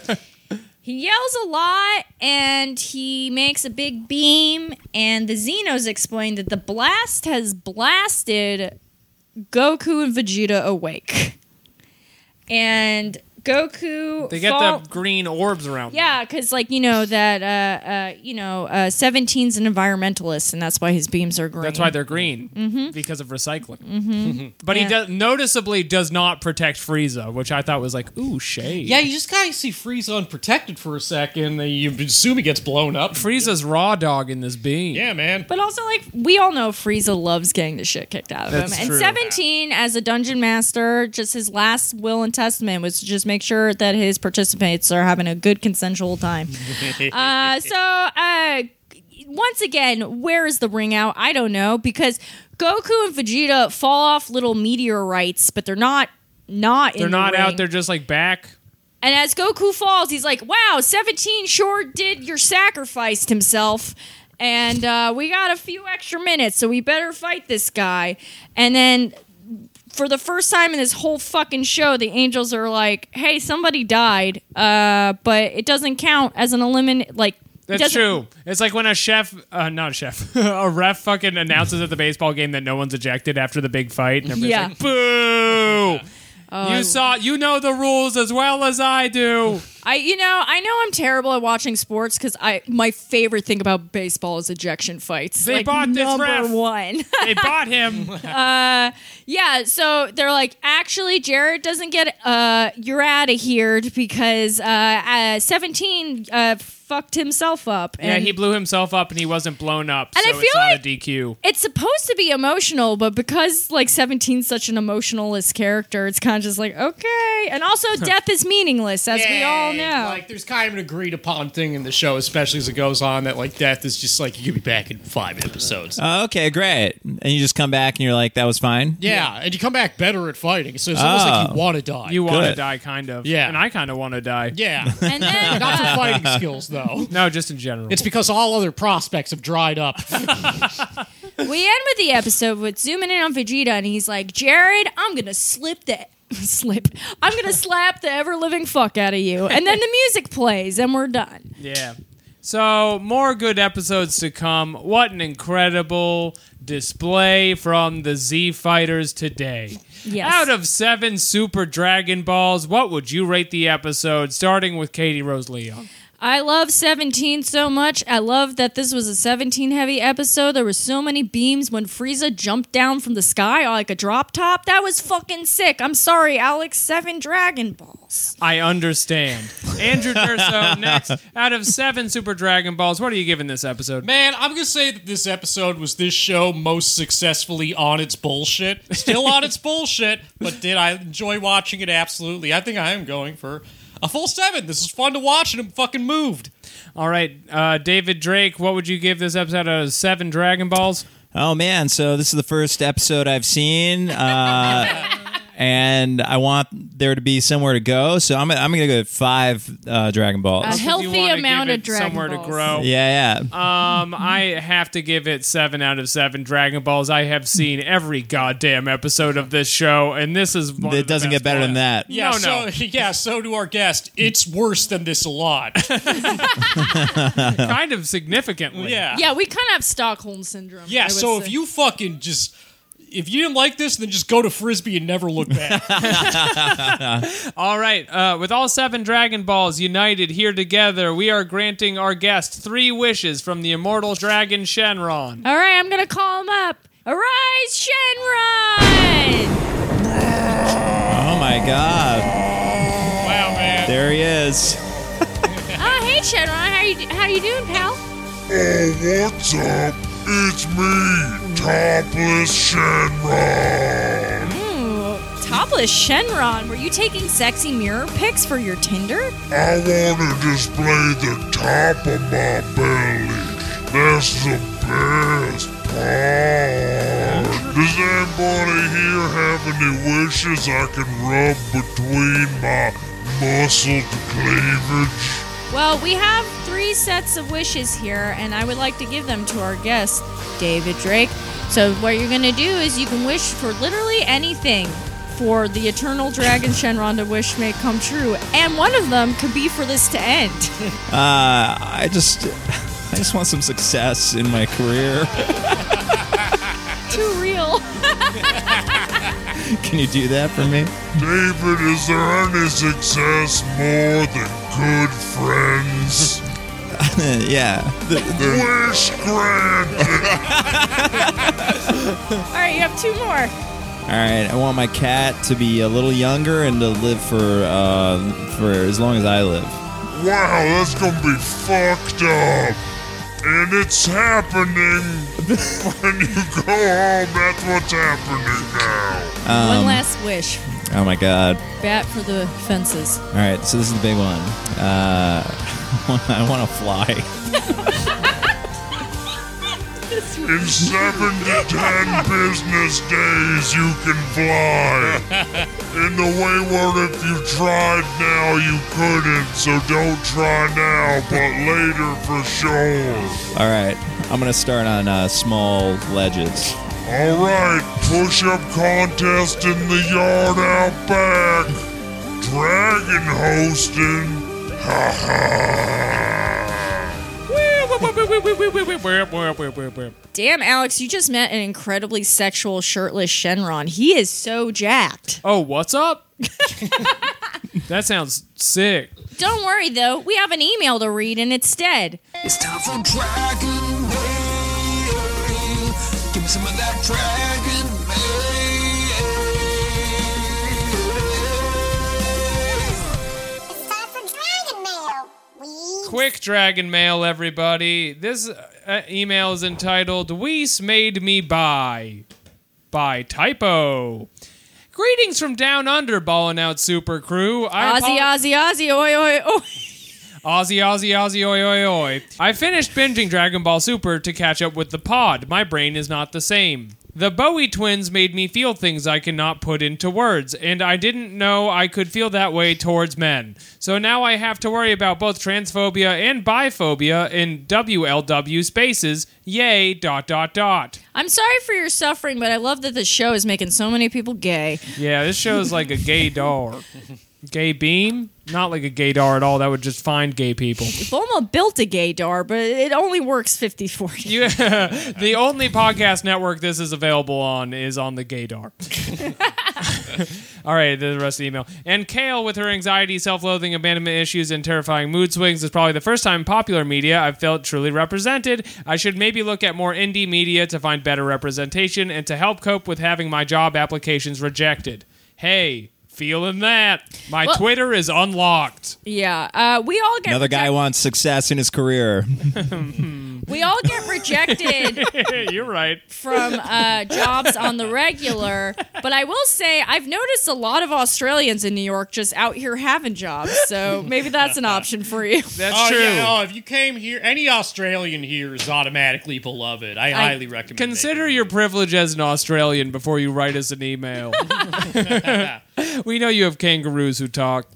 B: okay,
C: He yells a lot and he makes a big beam. And the Xenos explain that the blast has blasted Goku and Vegeta awake. And Goku.
A: They get
C: fall-
A: the green orbs around. them.
C: Yeah, because like you know that uh, uh, you know uh, 17's an environmentalist, and that's why his beams are green.
A: That's why they're green because of recycling. but
C: Yeah.
A: he does, noticeably does not protect Frieza, which I thought was like, ooh, shade.
D: Yeah, you just gotta see Frieza unprotected for a second, and you assume he gets blown up.
A: Frieza's raw dog in this beam.
D: Yeah, man.
C: But also, like we all know, Frieza loves getting the shit kicked out of
A: That's
C: him. And
A: true.
C: seventeen, as a dungeon master, just his last will and testament was to just make sure that his participants are having a good consensual time. uh, so, uh, once again, where is the ring out? I don't know because Goku and Vegeta fall off little meteorites, but they're not not in
A: They're
C: the
A: not
C: ring.
A: out there just like back.
C: And as Goku falls, he's like, "Wow, seventeen sure did your sacrificed himself." And uh, we got a few extra minutes, so we better fight this guy. And then, for the first time in this whole fucking show, the angels are like, "Hey, somebody died, uh, but it doesn't count as an eliminate." Like, it
A: That's
C: doesn't-
A: true. It's like when a chef, uh, not a chef, a ref fucking announces at the baseball game that no one's ejected after the big fight. And everybody's
C: Yeah. Oh,
A: like, boo! you saw, you know the rules as well as I do.
C: I, you know, I know I'm terrible at watching sports because I my favorite thing about baseball is ejection fights.
A: They
C: like,
A: bought this
C: number
A: ref.
C: one.
A: they bought him.
C: Yeah, so they're like, actually, Jared doesn't get uh, you're out of here because uh, uh, seventeen uh, fucked himself up.
A: yeah,
C: And
A: he blew himself up and he wasn't blown up.
C: And
A: so
C: I
A: it's
C: feel
A: not
C: like-
A: a DQ.
C: it's supposed to be emotional, but because like 17's such an emotionalist character, it's kind of just like okay. And also, death is meaningless, as we all
D: Yay.
C: know.
D: Like, there's kind of an agreed upon thing in the show, especially as it goes on, that like death is just like you'll be back in five episodes.
B: Oh, okay, great. And you just come back and you're like, that was fine.
D: yeah, and you come back better at fighting, so it's almost like
B: Oh.
D: you want to die.
A: You want to
B: Good.
A: die, kind of.
D: Yeah.
A: And I kind of want to die.
D: yeah,
C: and then
D: not for
C: uh,
D: fighting skills though.
A: No, just in general.
D: It's because all other prospects have dried up.
C: we end with the episode with zooming in on Vegeta, and he's like, Jared, I'm gonna slip the. Slip. I'm gonna slap the ever living fuck out of you, and then the music plays, and we're done.
A: Yeah. So, more good episodes to come. What an incredible display from the Z Fighters today.
C: Yes.
A: Out of seven Super Dragon Balls, what would you rate the episode, starting with Katie Rose Leon?
C: I love 17 so much. I love that this was a 17 heavy episode. There were so many beams when Frieza jumped down from the sky like a drop top. That was fucking sick. I'm sorry, Alex. Seven Dragon Balls.
A: I understand. Andrew Durso next. Out of seven Super Dragon Balls, what are you giving this episode?
D: Man, I'm gonna say that this episode was this show most successfully on its bullshit. Still on its bullshit, but did I enjoy watching it? Absolutely. I think I am going for a full seven. This is fun to watch, and I'm fucking moved.
A: All right, uh, David Drake, what would you give this episode out of seven Dragon Balls?
B: Oh man, so this is the first episode I've seen, uh, and I want there to be somewhere to go. So I'm I'm gonna go five uh, Dragon Balls.
C: A
A: You
C: healthy
A: wanna
C: amount
A: give
C: of
A: it
C: Dragon
A: somewhere
C: Balls.
A: to
D: Oh.
A: grow.
B: yeah, yeah.
A: Um, I have to give it seven out of seven Dragon Balls. I have seen every goddamn episode of this show, and this is one of
B: it
A: the
B: doesn't
A: best
B: get better
A: ones.
B: than that.
D: Yeah,
A: No,
D: so,
A: no.
D: Yeah, so do our guest. It's worse than this a lot.
A: kind of significantly.
D: Yeah.
C: Yeah, we kind of have Stockholm syndrome. I
D: Yeah,
C: would
D: so if
C: say.
D: you fucking just. If you didn't like this, then just go to Frisbee and never look back.
A: All right. Uh, with all seven Dragon Balls united here together, we are granting our guest three wishes from the immortal dragon Shenron.
C: All right, I'm going to call him up. Arise, Shenron!
B: Oh my god,
D: wow, man.
B: there he is.
C: Oh, hey, Shenron. How you, how you doing, pal?
F: Oh, what's up? It's me, Topless Shenron.
C: Ooh, Hmm, topless Shenron. Were you taking sexy mirror pics for your Tinder?
F: I want to display the top of my belly. That's the best part. Does anybody here have any wishes I can rub between my muscled cleavage?
C: Well, we have three sets of wishes here, and I would like to give them to our guest, David Drake. So, what you're going to do is you can wish for literally anything for the eternal dragon Shenron to wish may come true, and one of them could be for this to end.
B: Uh, I just I just want some success in my career.
C: Too real.
B: Can you do that for me?
F: David, is there any success more than good friends?
B: yeah.
F: Wish granted.
C: All right, you have two more.
B: All right, I want my cat to be a little younger and to live for uh, for as long as I live.
F: Wow, that's gonna be fucked up. And it's happening. when you go home, that's what's happening now.
C: One last wish.
B: Oh my god!
C: Bat for the fences.
B: All right, so this is the big one. Uh, I want to fly.
F: In seven to ten business days, you can fly. In the wayward, if you tried now, you couldn't. So don't try now, but later for sure.
B: All right, I'm gonna start on uh, small ledges.
F: All right, push-up contest in the yard out back. Dragon hosting. Ha ha.
C: Damn, Alex, you just met an incredibly sexual shirtless Shenron. He is so jacked.
A: Oh, what's up? that sounds sick.
C: Don't worry, though. We have an email to read, and it's dead.
G: It's time for Dragon Mail. Give me some of that Dragon Mail.
H: It's time for Dragon Mail. We
A: Quick Dragon Mail, everybody. This uh, email is entitled Weiss Made Me Buy by Typo. Greetings from down under, ballin' out super crew. I
C: Ozzy,
A: apo-
C: Ozzy, Ozzy, oi, oi, oi.
A: Ozzy, Ozzy, Ozzy, oi, oi, oi. I finished binging Dragon Ball Super to catch up with the pod. My brain is not the same. The Bowie twins made me feel things I cannot put into words, and I didn't know I could feel that way towards men. So now I have to worry about both transphobia and biphobia in WLW spaces. Yay, dot, dot, dot.
C: I'm sorry for your suffering, but I love that the show is making so many people gay.
A: Yeah, this show is like a gay dar. Gay beam? Not like a gaydar at all. That would just find gay people.
C: Bulma built a gaydar, but it only works 50 40.
A: You, the only podcast network this is available on is on the Gaydar. All right, the rest of the email. And Kale, with her anxiety, self loathing, abandonment issues, and terrifying mood swings, is probably the first time in popular media I've felt truly represented. I should maybe look at more indie media to find better representation and to help cope with having my job applications rejected. Hey, feeling that. My
C: Well-
A: Twitter is unlocked.
C: Yeah, uh, we all get
B: Another guy wants success in his career.
C: we all get rejected
A: You're right.
C: from uh, jobs on the regular. But I will say, I've noticed a lot of Australians in New York just out here having jobs. So maybe that's an option for you.
A: That's
D: oh,
A: true.
D: Yeah, oh, if you came here, any Australian here is automatically beloved. I, highly recommend.
A: Consider
D: making
A: your
D: it.
A: privilege as an Australian before you write us an email. we know you have kangaroos who talk.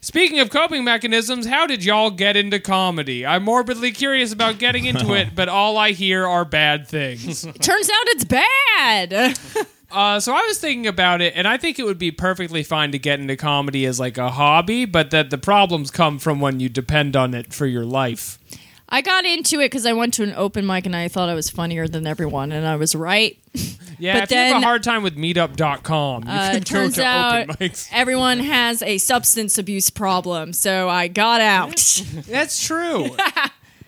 A: Speaking of coping mechanisms, how did y'all get into comedy? I'm morbidly curious about getting into it, but all I hear are bad things.
C: Turns out it's bad.
A: Uh, so I was thinking about it, and I think it would be perfectly fine to get into comedy as like a hobby, but that the problems come from when you depend on it for your life.
C: I got into it because I went to an open mic and I thought I was funnier than everyone, and I was right.
A: Yeah,
C: But
A: if you have
C: then-
A: a hard time with meetup.com, you
C: Uh,
A: can
C: it turns
A: go to
C: out
A: open mics.
C: everyone has a substance abuse problem, so I got out.
A: That's true.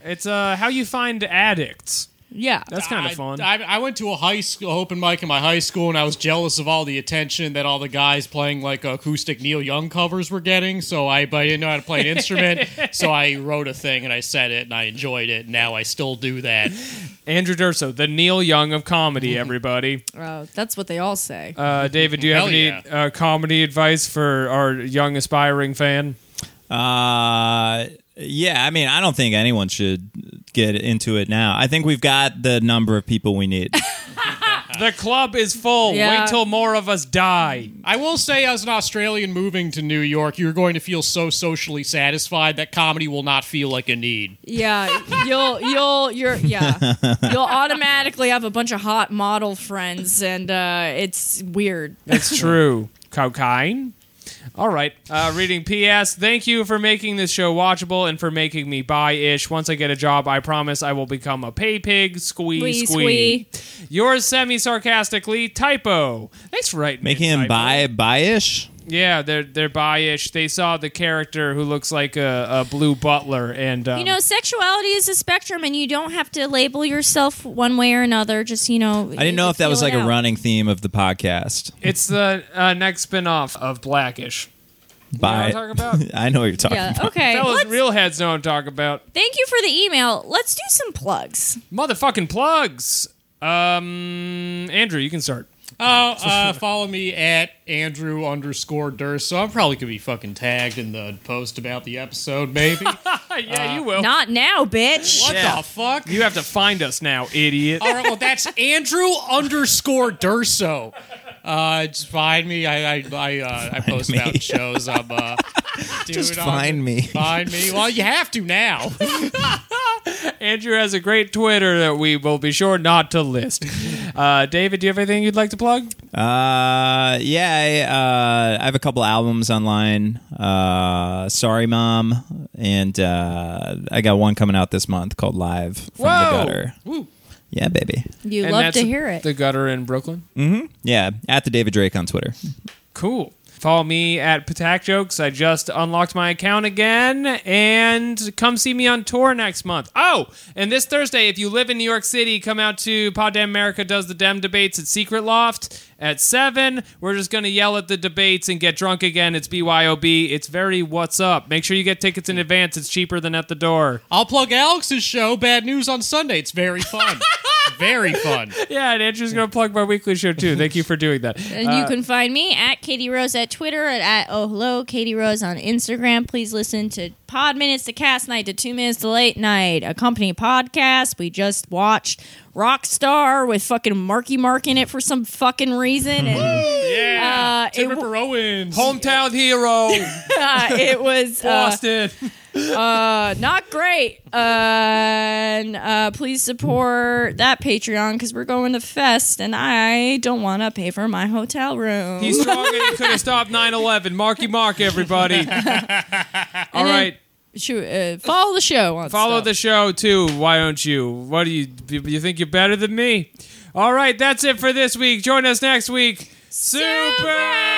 A: it's uh, how you find addicts.
C: yeah.
A: That's kind of fun.
D: I, I, I went to a high school open mic in my high school, and I was jealous of all the attention that all the guys playing like acoustic Neil Young covers were getting. So I, but I didn't know how to play an instrument, so I wrote a thing and I said it, and I enjoyed it. Now I still do that.
A: Andrew Durso, the Neil Young of comedy, everybody.
C: Oh, that's what they all say.
A: Uh, David, do you have
D: Hell
A: any
D: yeah.
A: uh, comedy advice for our young aspiring fan?
B: Uh, yeah, I mean, I don't think anyone should get into it now. I think we've got the number of people we need.
D: Ah.
A: The club is full.
C: Yeah.
A: Wait till more of us die.
D: I will say, as an Australian moving to New York, you're going to feel so socially satisfied that comedy will not feel like a need.
C: Yeah, you'll you'll you're yeah. You'll automatically have a bunch of hot model friends and uh it's weird.
A: That's true. Cocaine. All right. Uh, reading P.S. Thank you for making this show watchable and for making me buy ish. Once I get a job, I promise I will become a pay pig. Squee,
C: Squee,
A: squee. Yours semi sarcastically, typo. Thanks for writing.
B: Making
A: it, typo.
B: him buy buyish.
A: Yeah, they're they're buy-ish. They saw the character who looks like a, a blue butler, and um,
C: You know, sexuality is a spectrum, and you don't have to label yourself one way or another. Just you know,
B: I didn't know if that was like a running theme of the podcast.
A: it's the uh, next spin-off of Blackish.
B: Buy.
A: You know what I'm talking
B: I know what you're talking
C: Yeah.
B: about.
C: Okay.
A: Fellas,
C: Let's-
A: real heads know what I'm talking about.
C: Thank you for the email. Let's do some plugs.
A: Motherfucking plugs. Um, Andrew, you can start.
D: Oh, uh, follow me at Andrew underscore Durst. So I'm probably gonna be fucking tagged in the post about the episode, maybe. what
A: yeah, you will.
C: Uh, Not now, bitch.
A: Yeah.
D: the fuck?
A: You have to find us now, idiot.
D: All right, well, that's Andrew underscore Durso. Uh, just find me. I I I, uh, I post
B: me.
D: about shows. I'm uh, dude,
B: Just
D: I'm-
B: find me.
D: Find me. Well, you have to now.
A: Andrew has a great Twitter that we will be sure not to list. Uh, David, do you have anything you'd like to plug?
B: Uh, yeah, I, uh, I have a couple albums online. Uh, Sorry, Mom, and uh, I got one coming out this month called Live from
A: Whoa!
B: the Gutter. Yeah, baby.
C: You
A: And
C: love
A: that's
C: to hear it.
A: The gutter in Brooklyn.
B: Yeah, at the David Drake on Twitter.
A: Cool. Follow me at Patak Jokes. I just unlocked my account again. And come see me on tour next month. Oh, and this Thursday, if you live in New York City, come out to Pod Damn America Does the Dem Debates at Secret Loft at 7. We're just going to yell at the debates and get drunk again. It's BYOB. It's very what's up. Make sure you get tickets in advance. It's cheaper than at the door.
D: I'll plug Alex's show, Bad News on Sunday. It's very fun. very fun.
A: Yeah, and Andrew's going to plug my weekly show too. Thank you for doing that.
C: And you can find me at Katie Rose at Twitter and at Oh Hello Katie Rose on Instagram. Please listen to Pod Minutes to Cast Night to Two Minutes to Late Night, a company podcast. We just watched Rockstar with fucking Marky Mark in it for some fucking reason, and
D: Yeah.
C: Uh, it
D: Jennifer Owens.
A: Hometown hero,
C: uh, it was uh,
A: Boston.
C: uh, not great. Uh, and uh, please support that Patreon because we're going to Fest, and I don't want to pay for my hotel room.
A: He's strong and he could have stopped 9 11. Marky Mark, everybody. All
C: then-
A: right.
C: Shoot, uh, follow the show. On
A: Follow
C: stuff.
A: the show, too. Why don't you? What do you, you you think you're better than me? All right. That's it for this week. Join us next week. Super!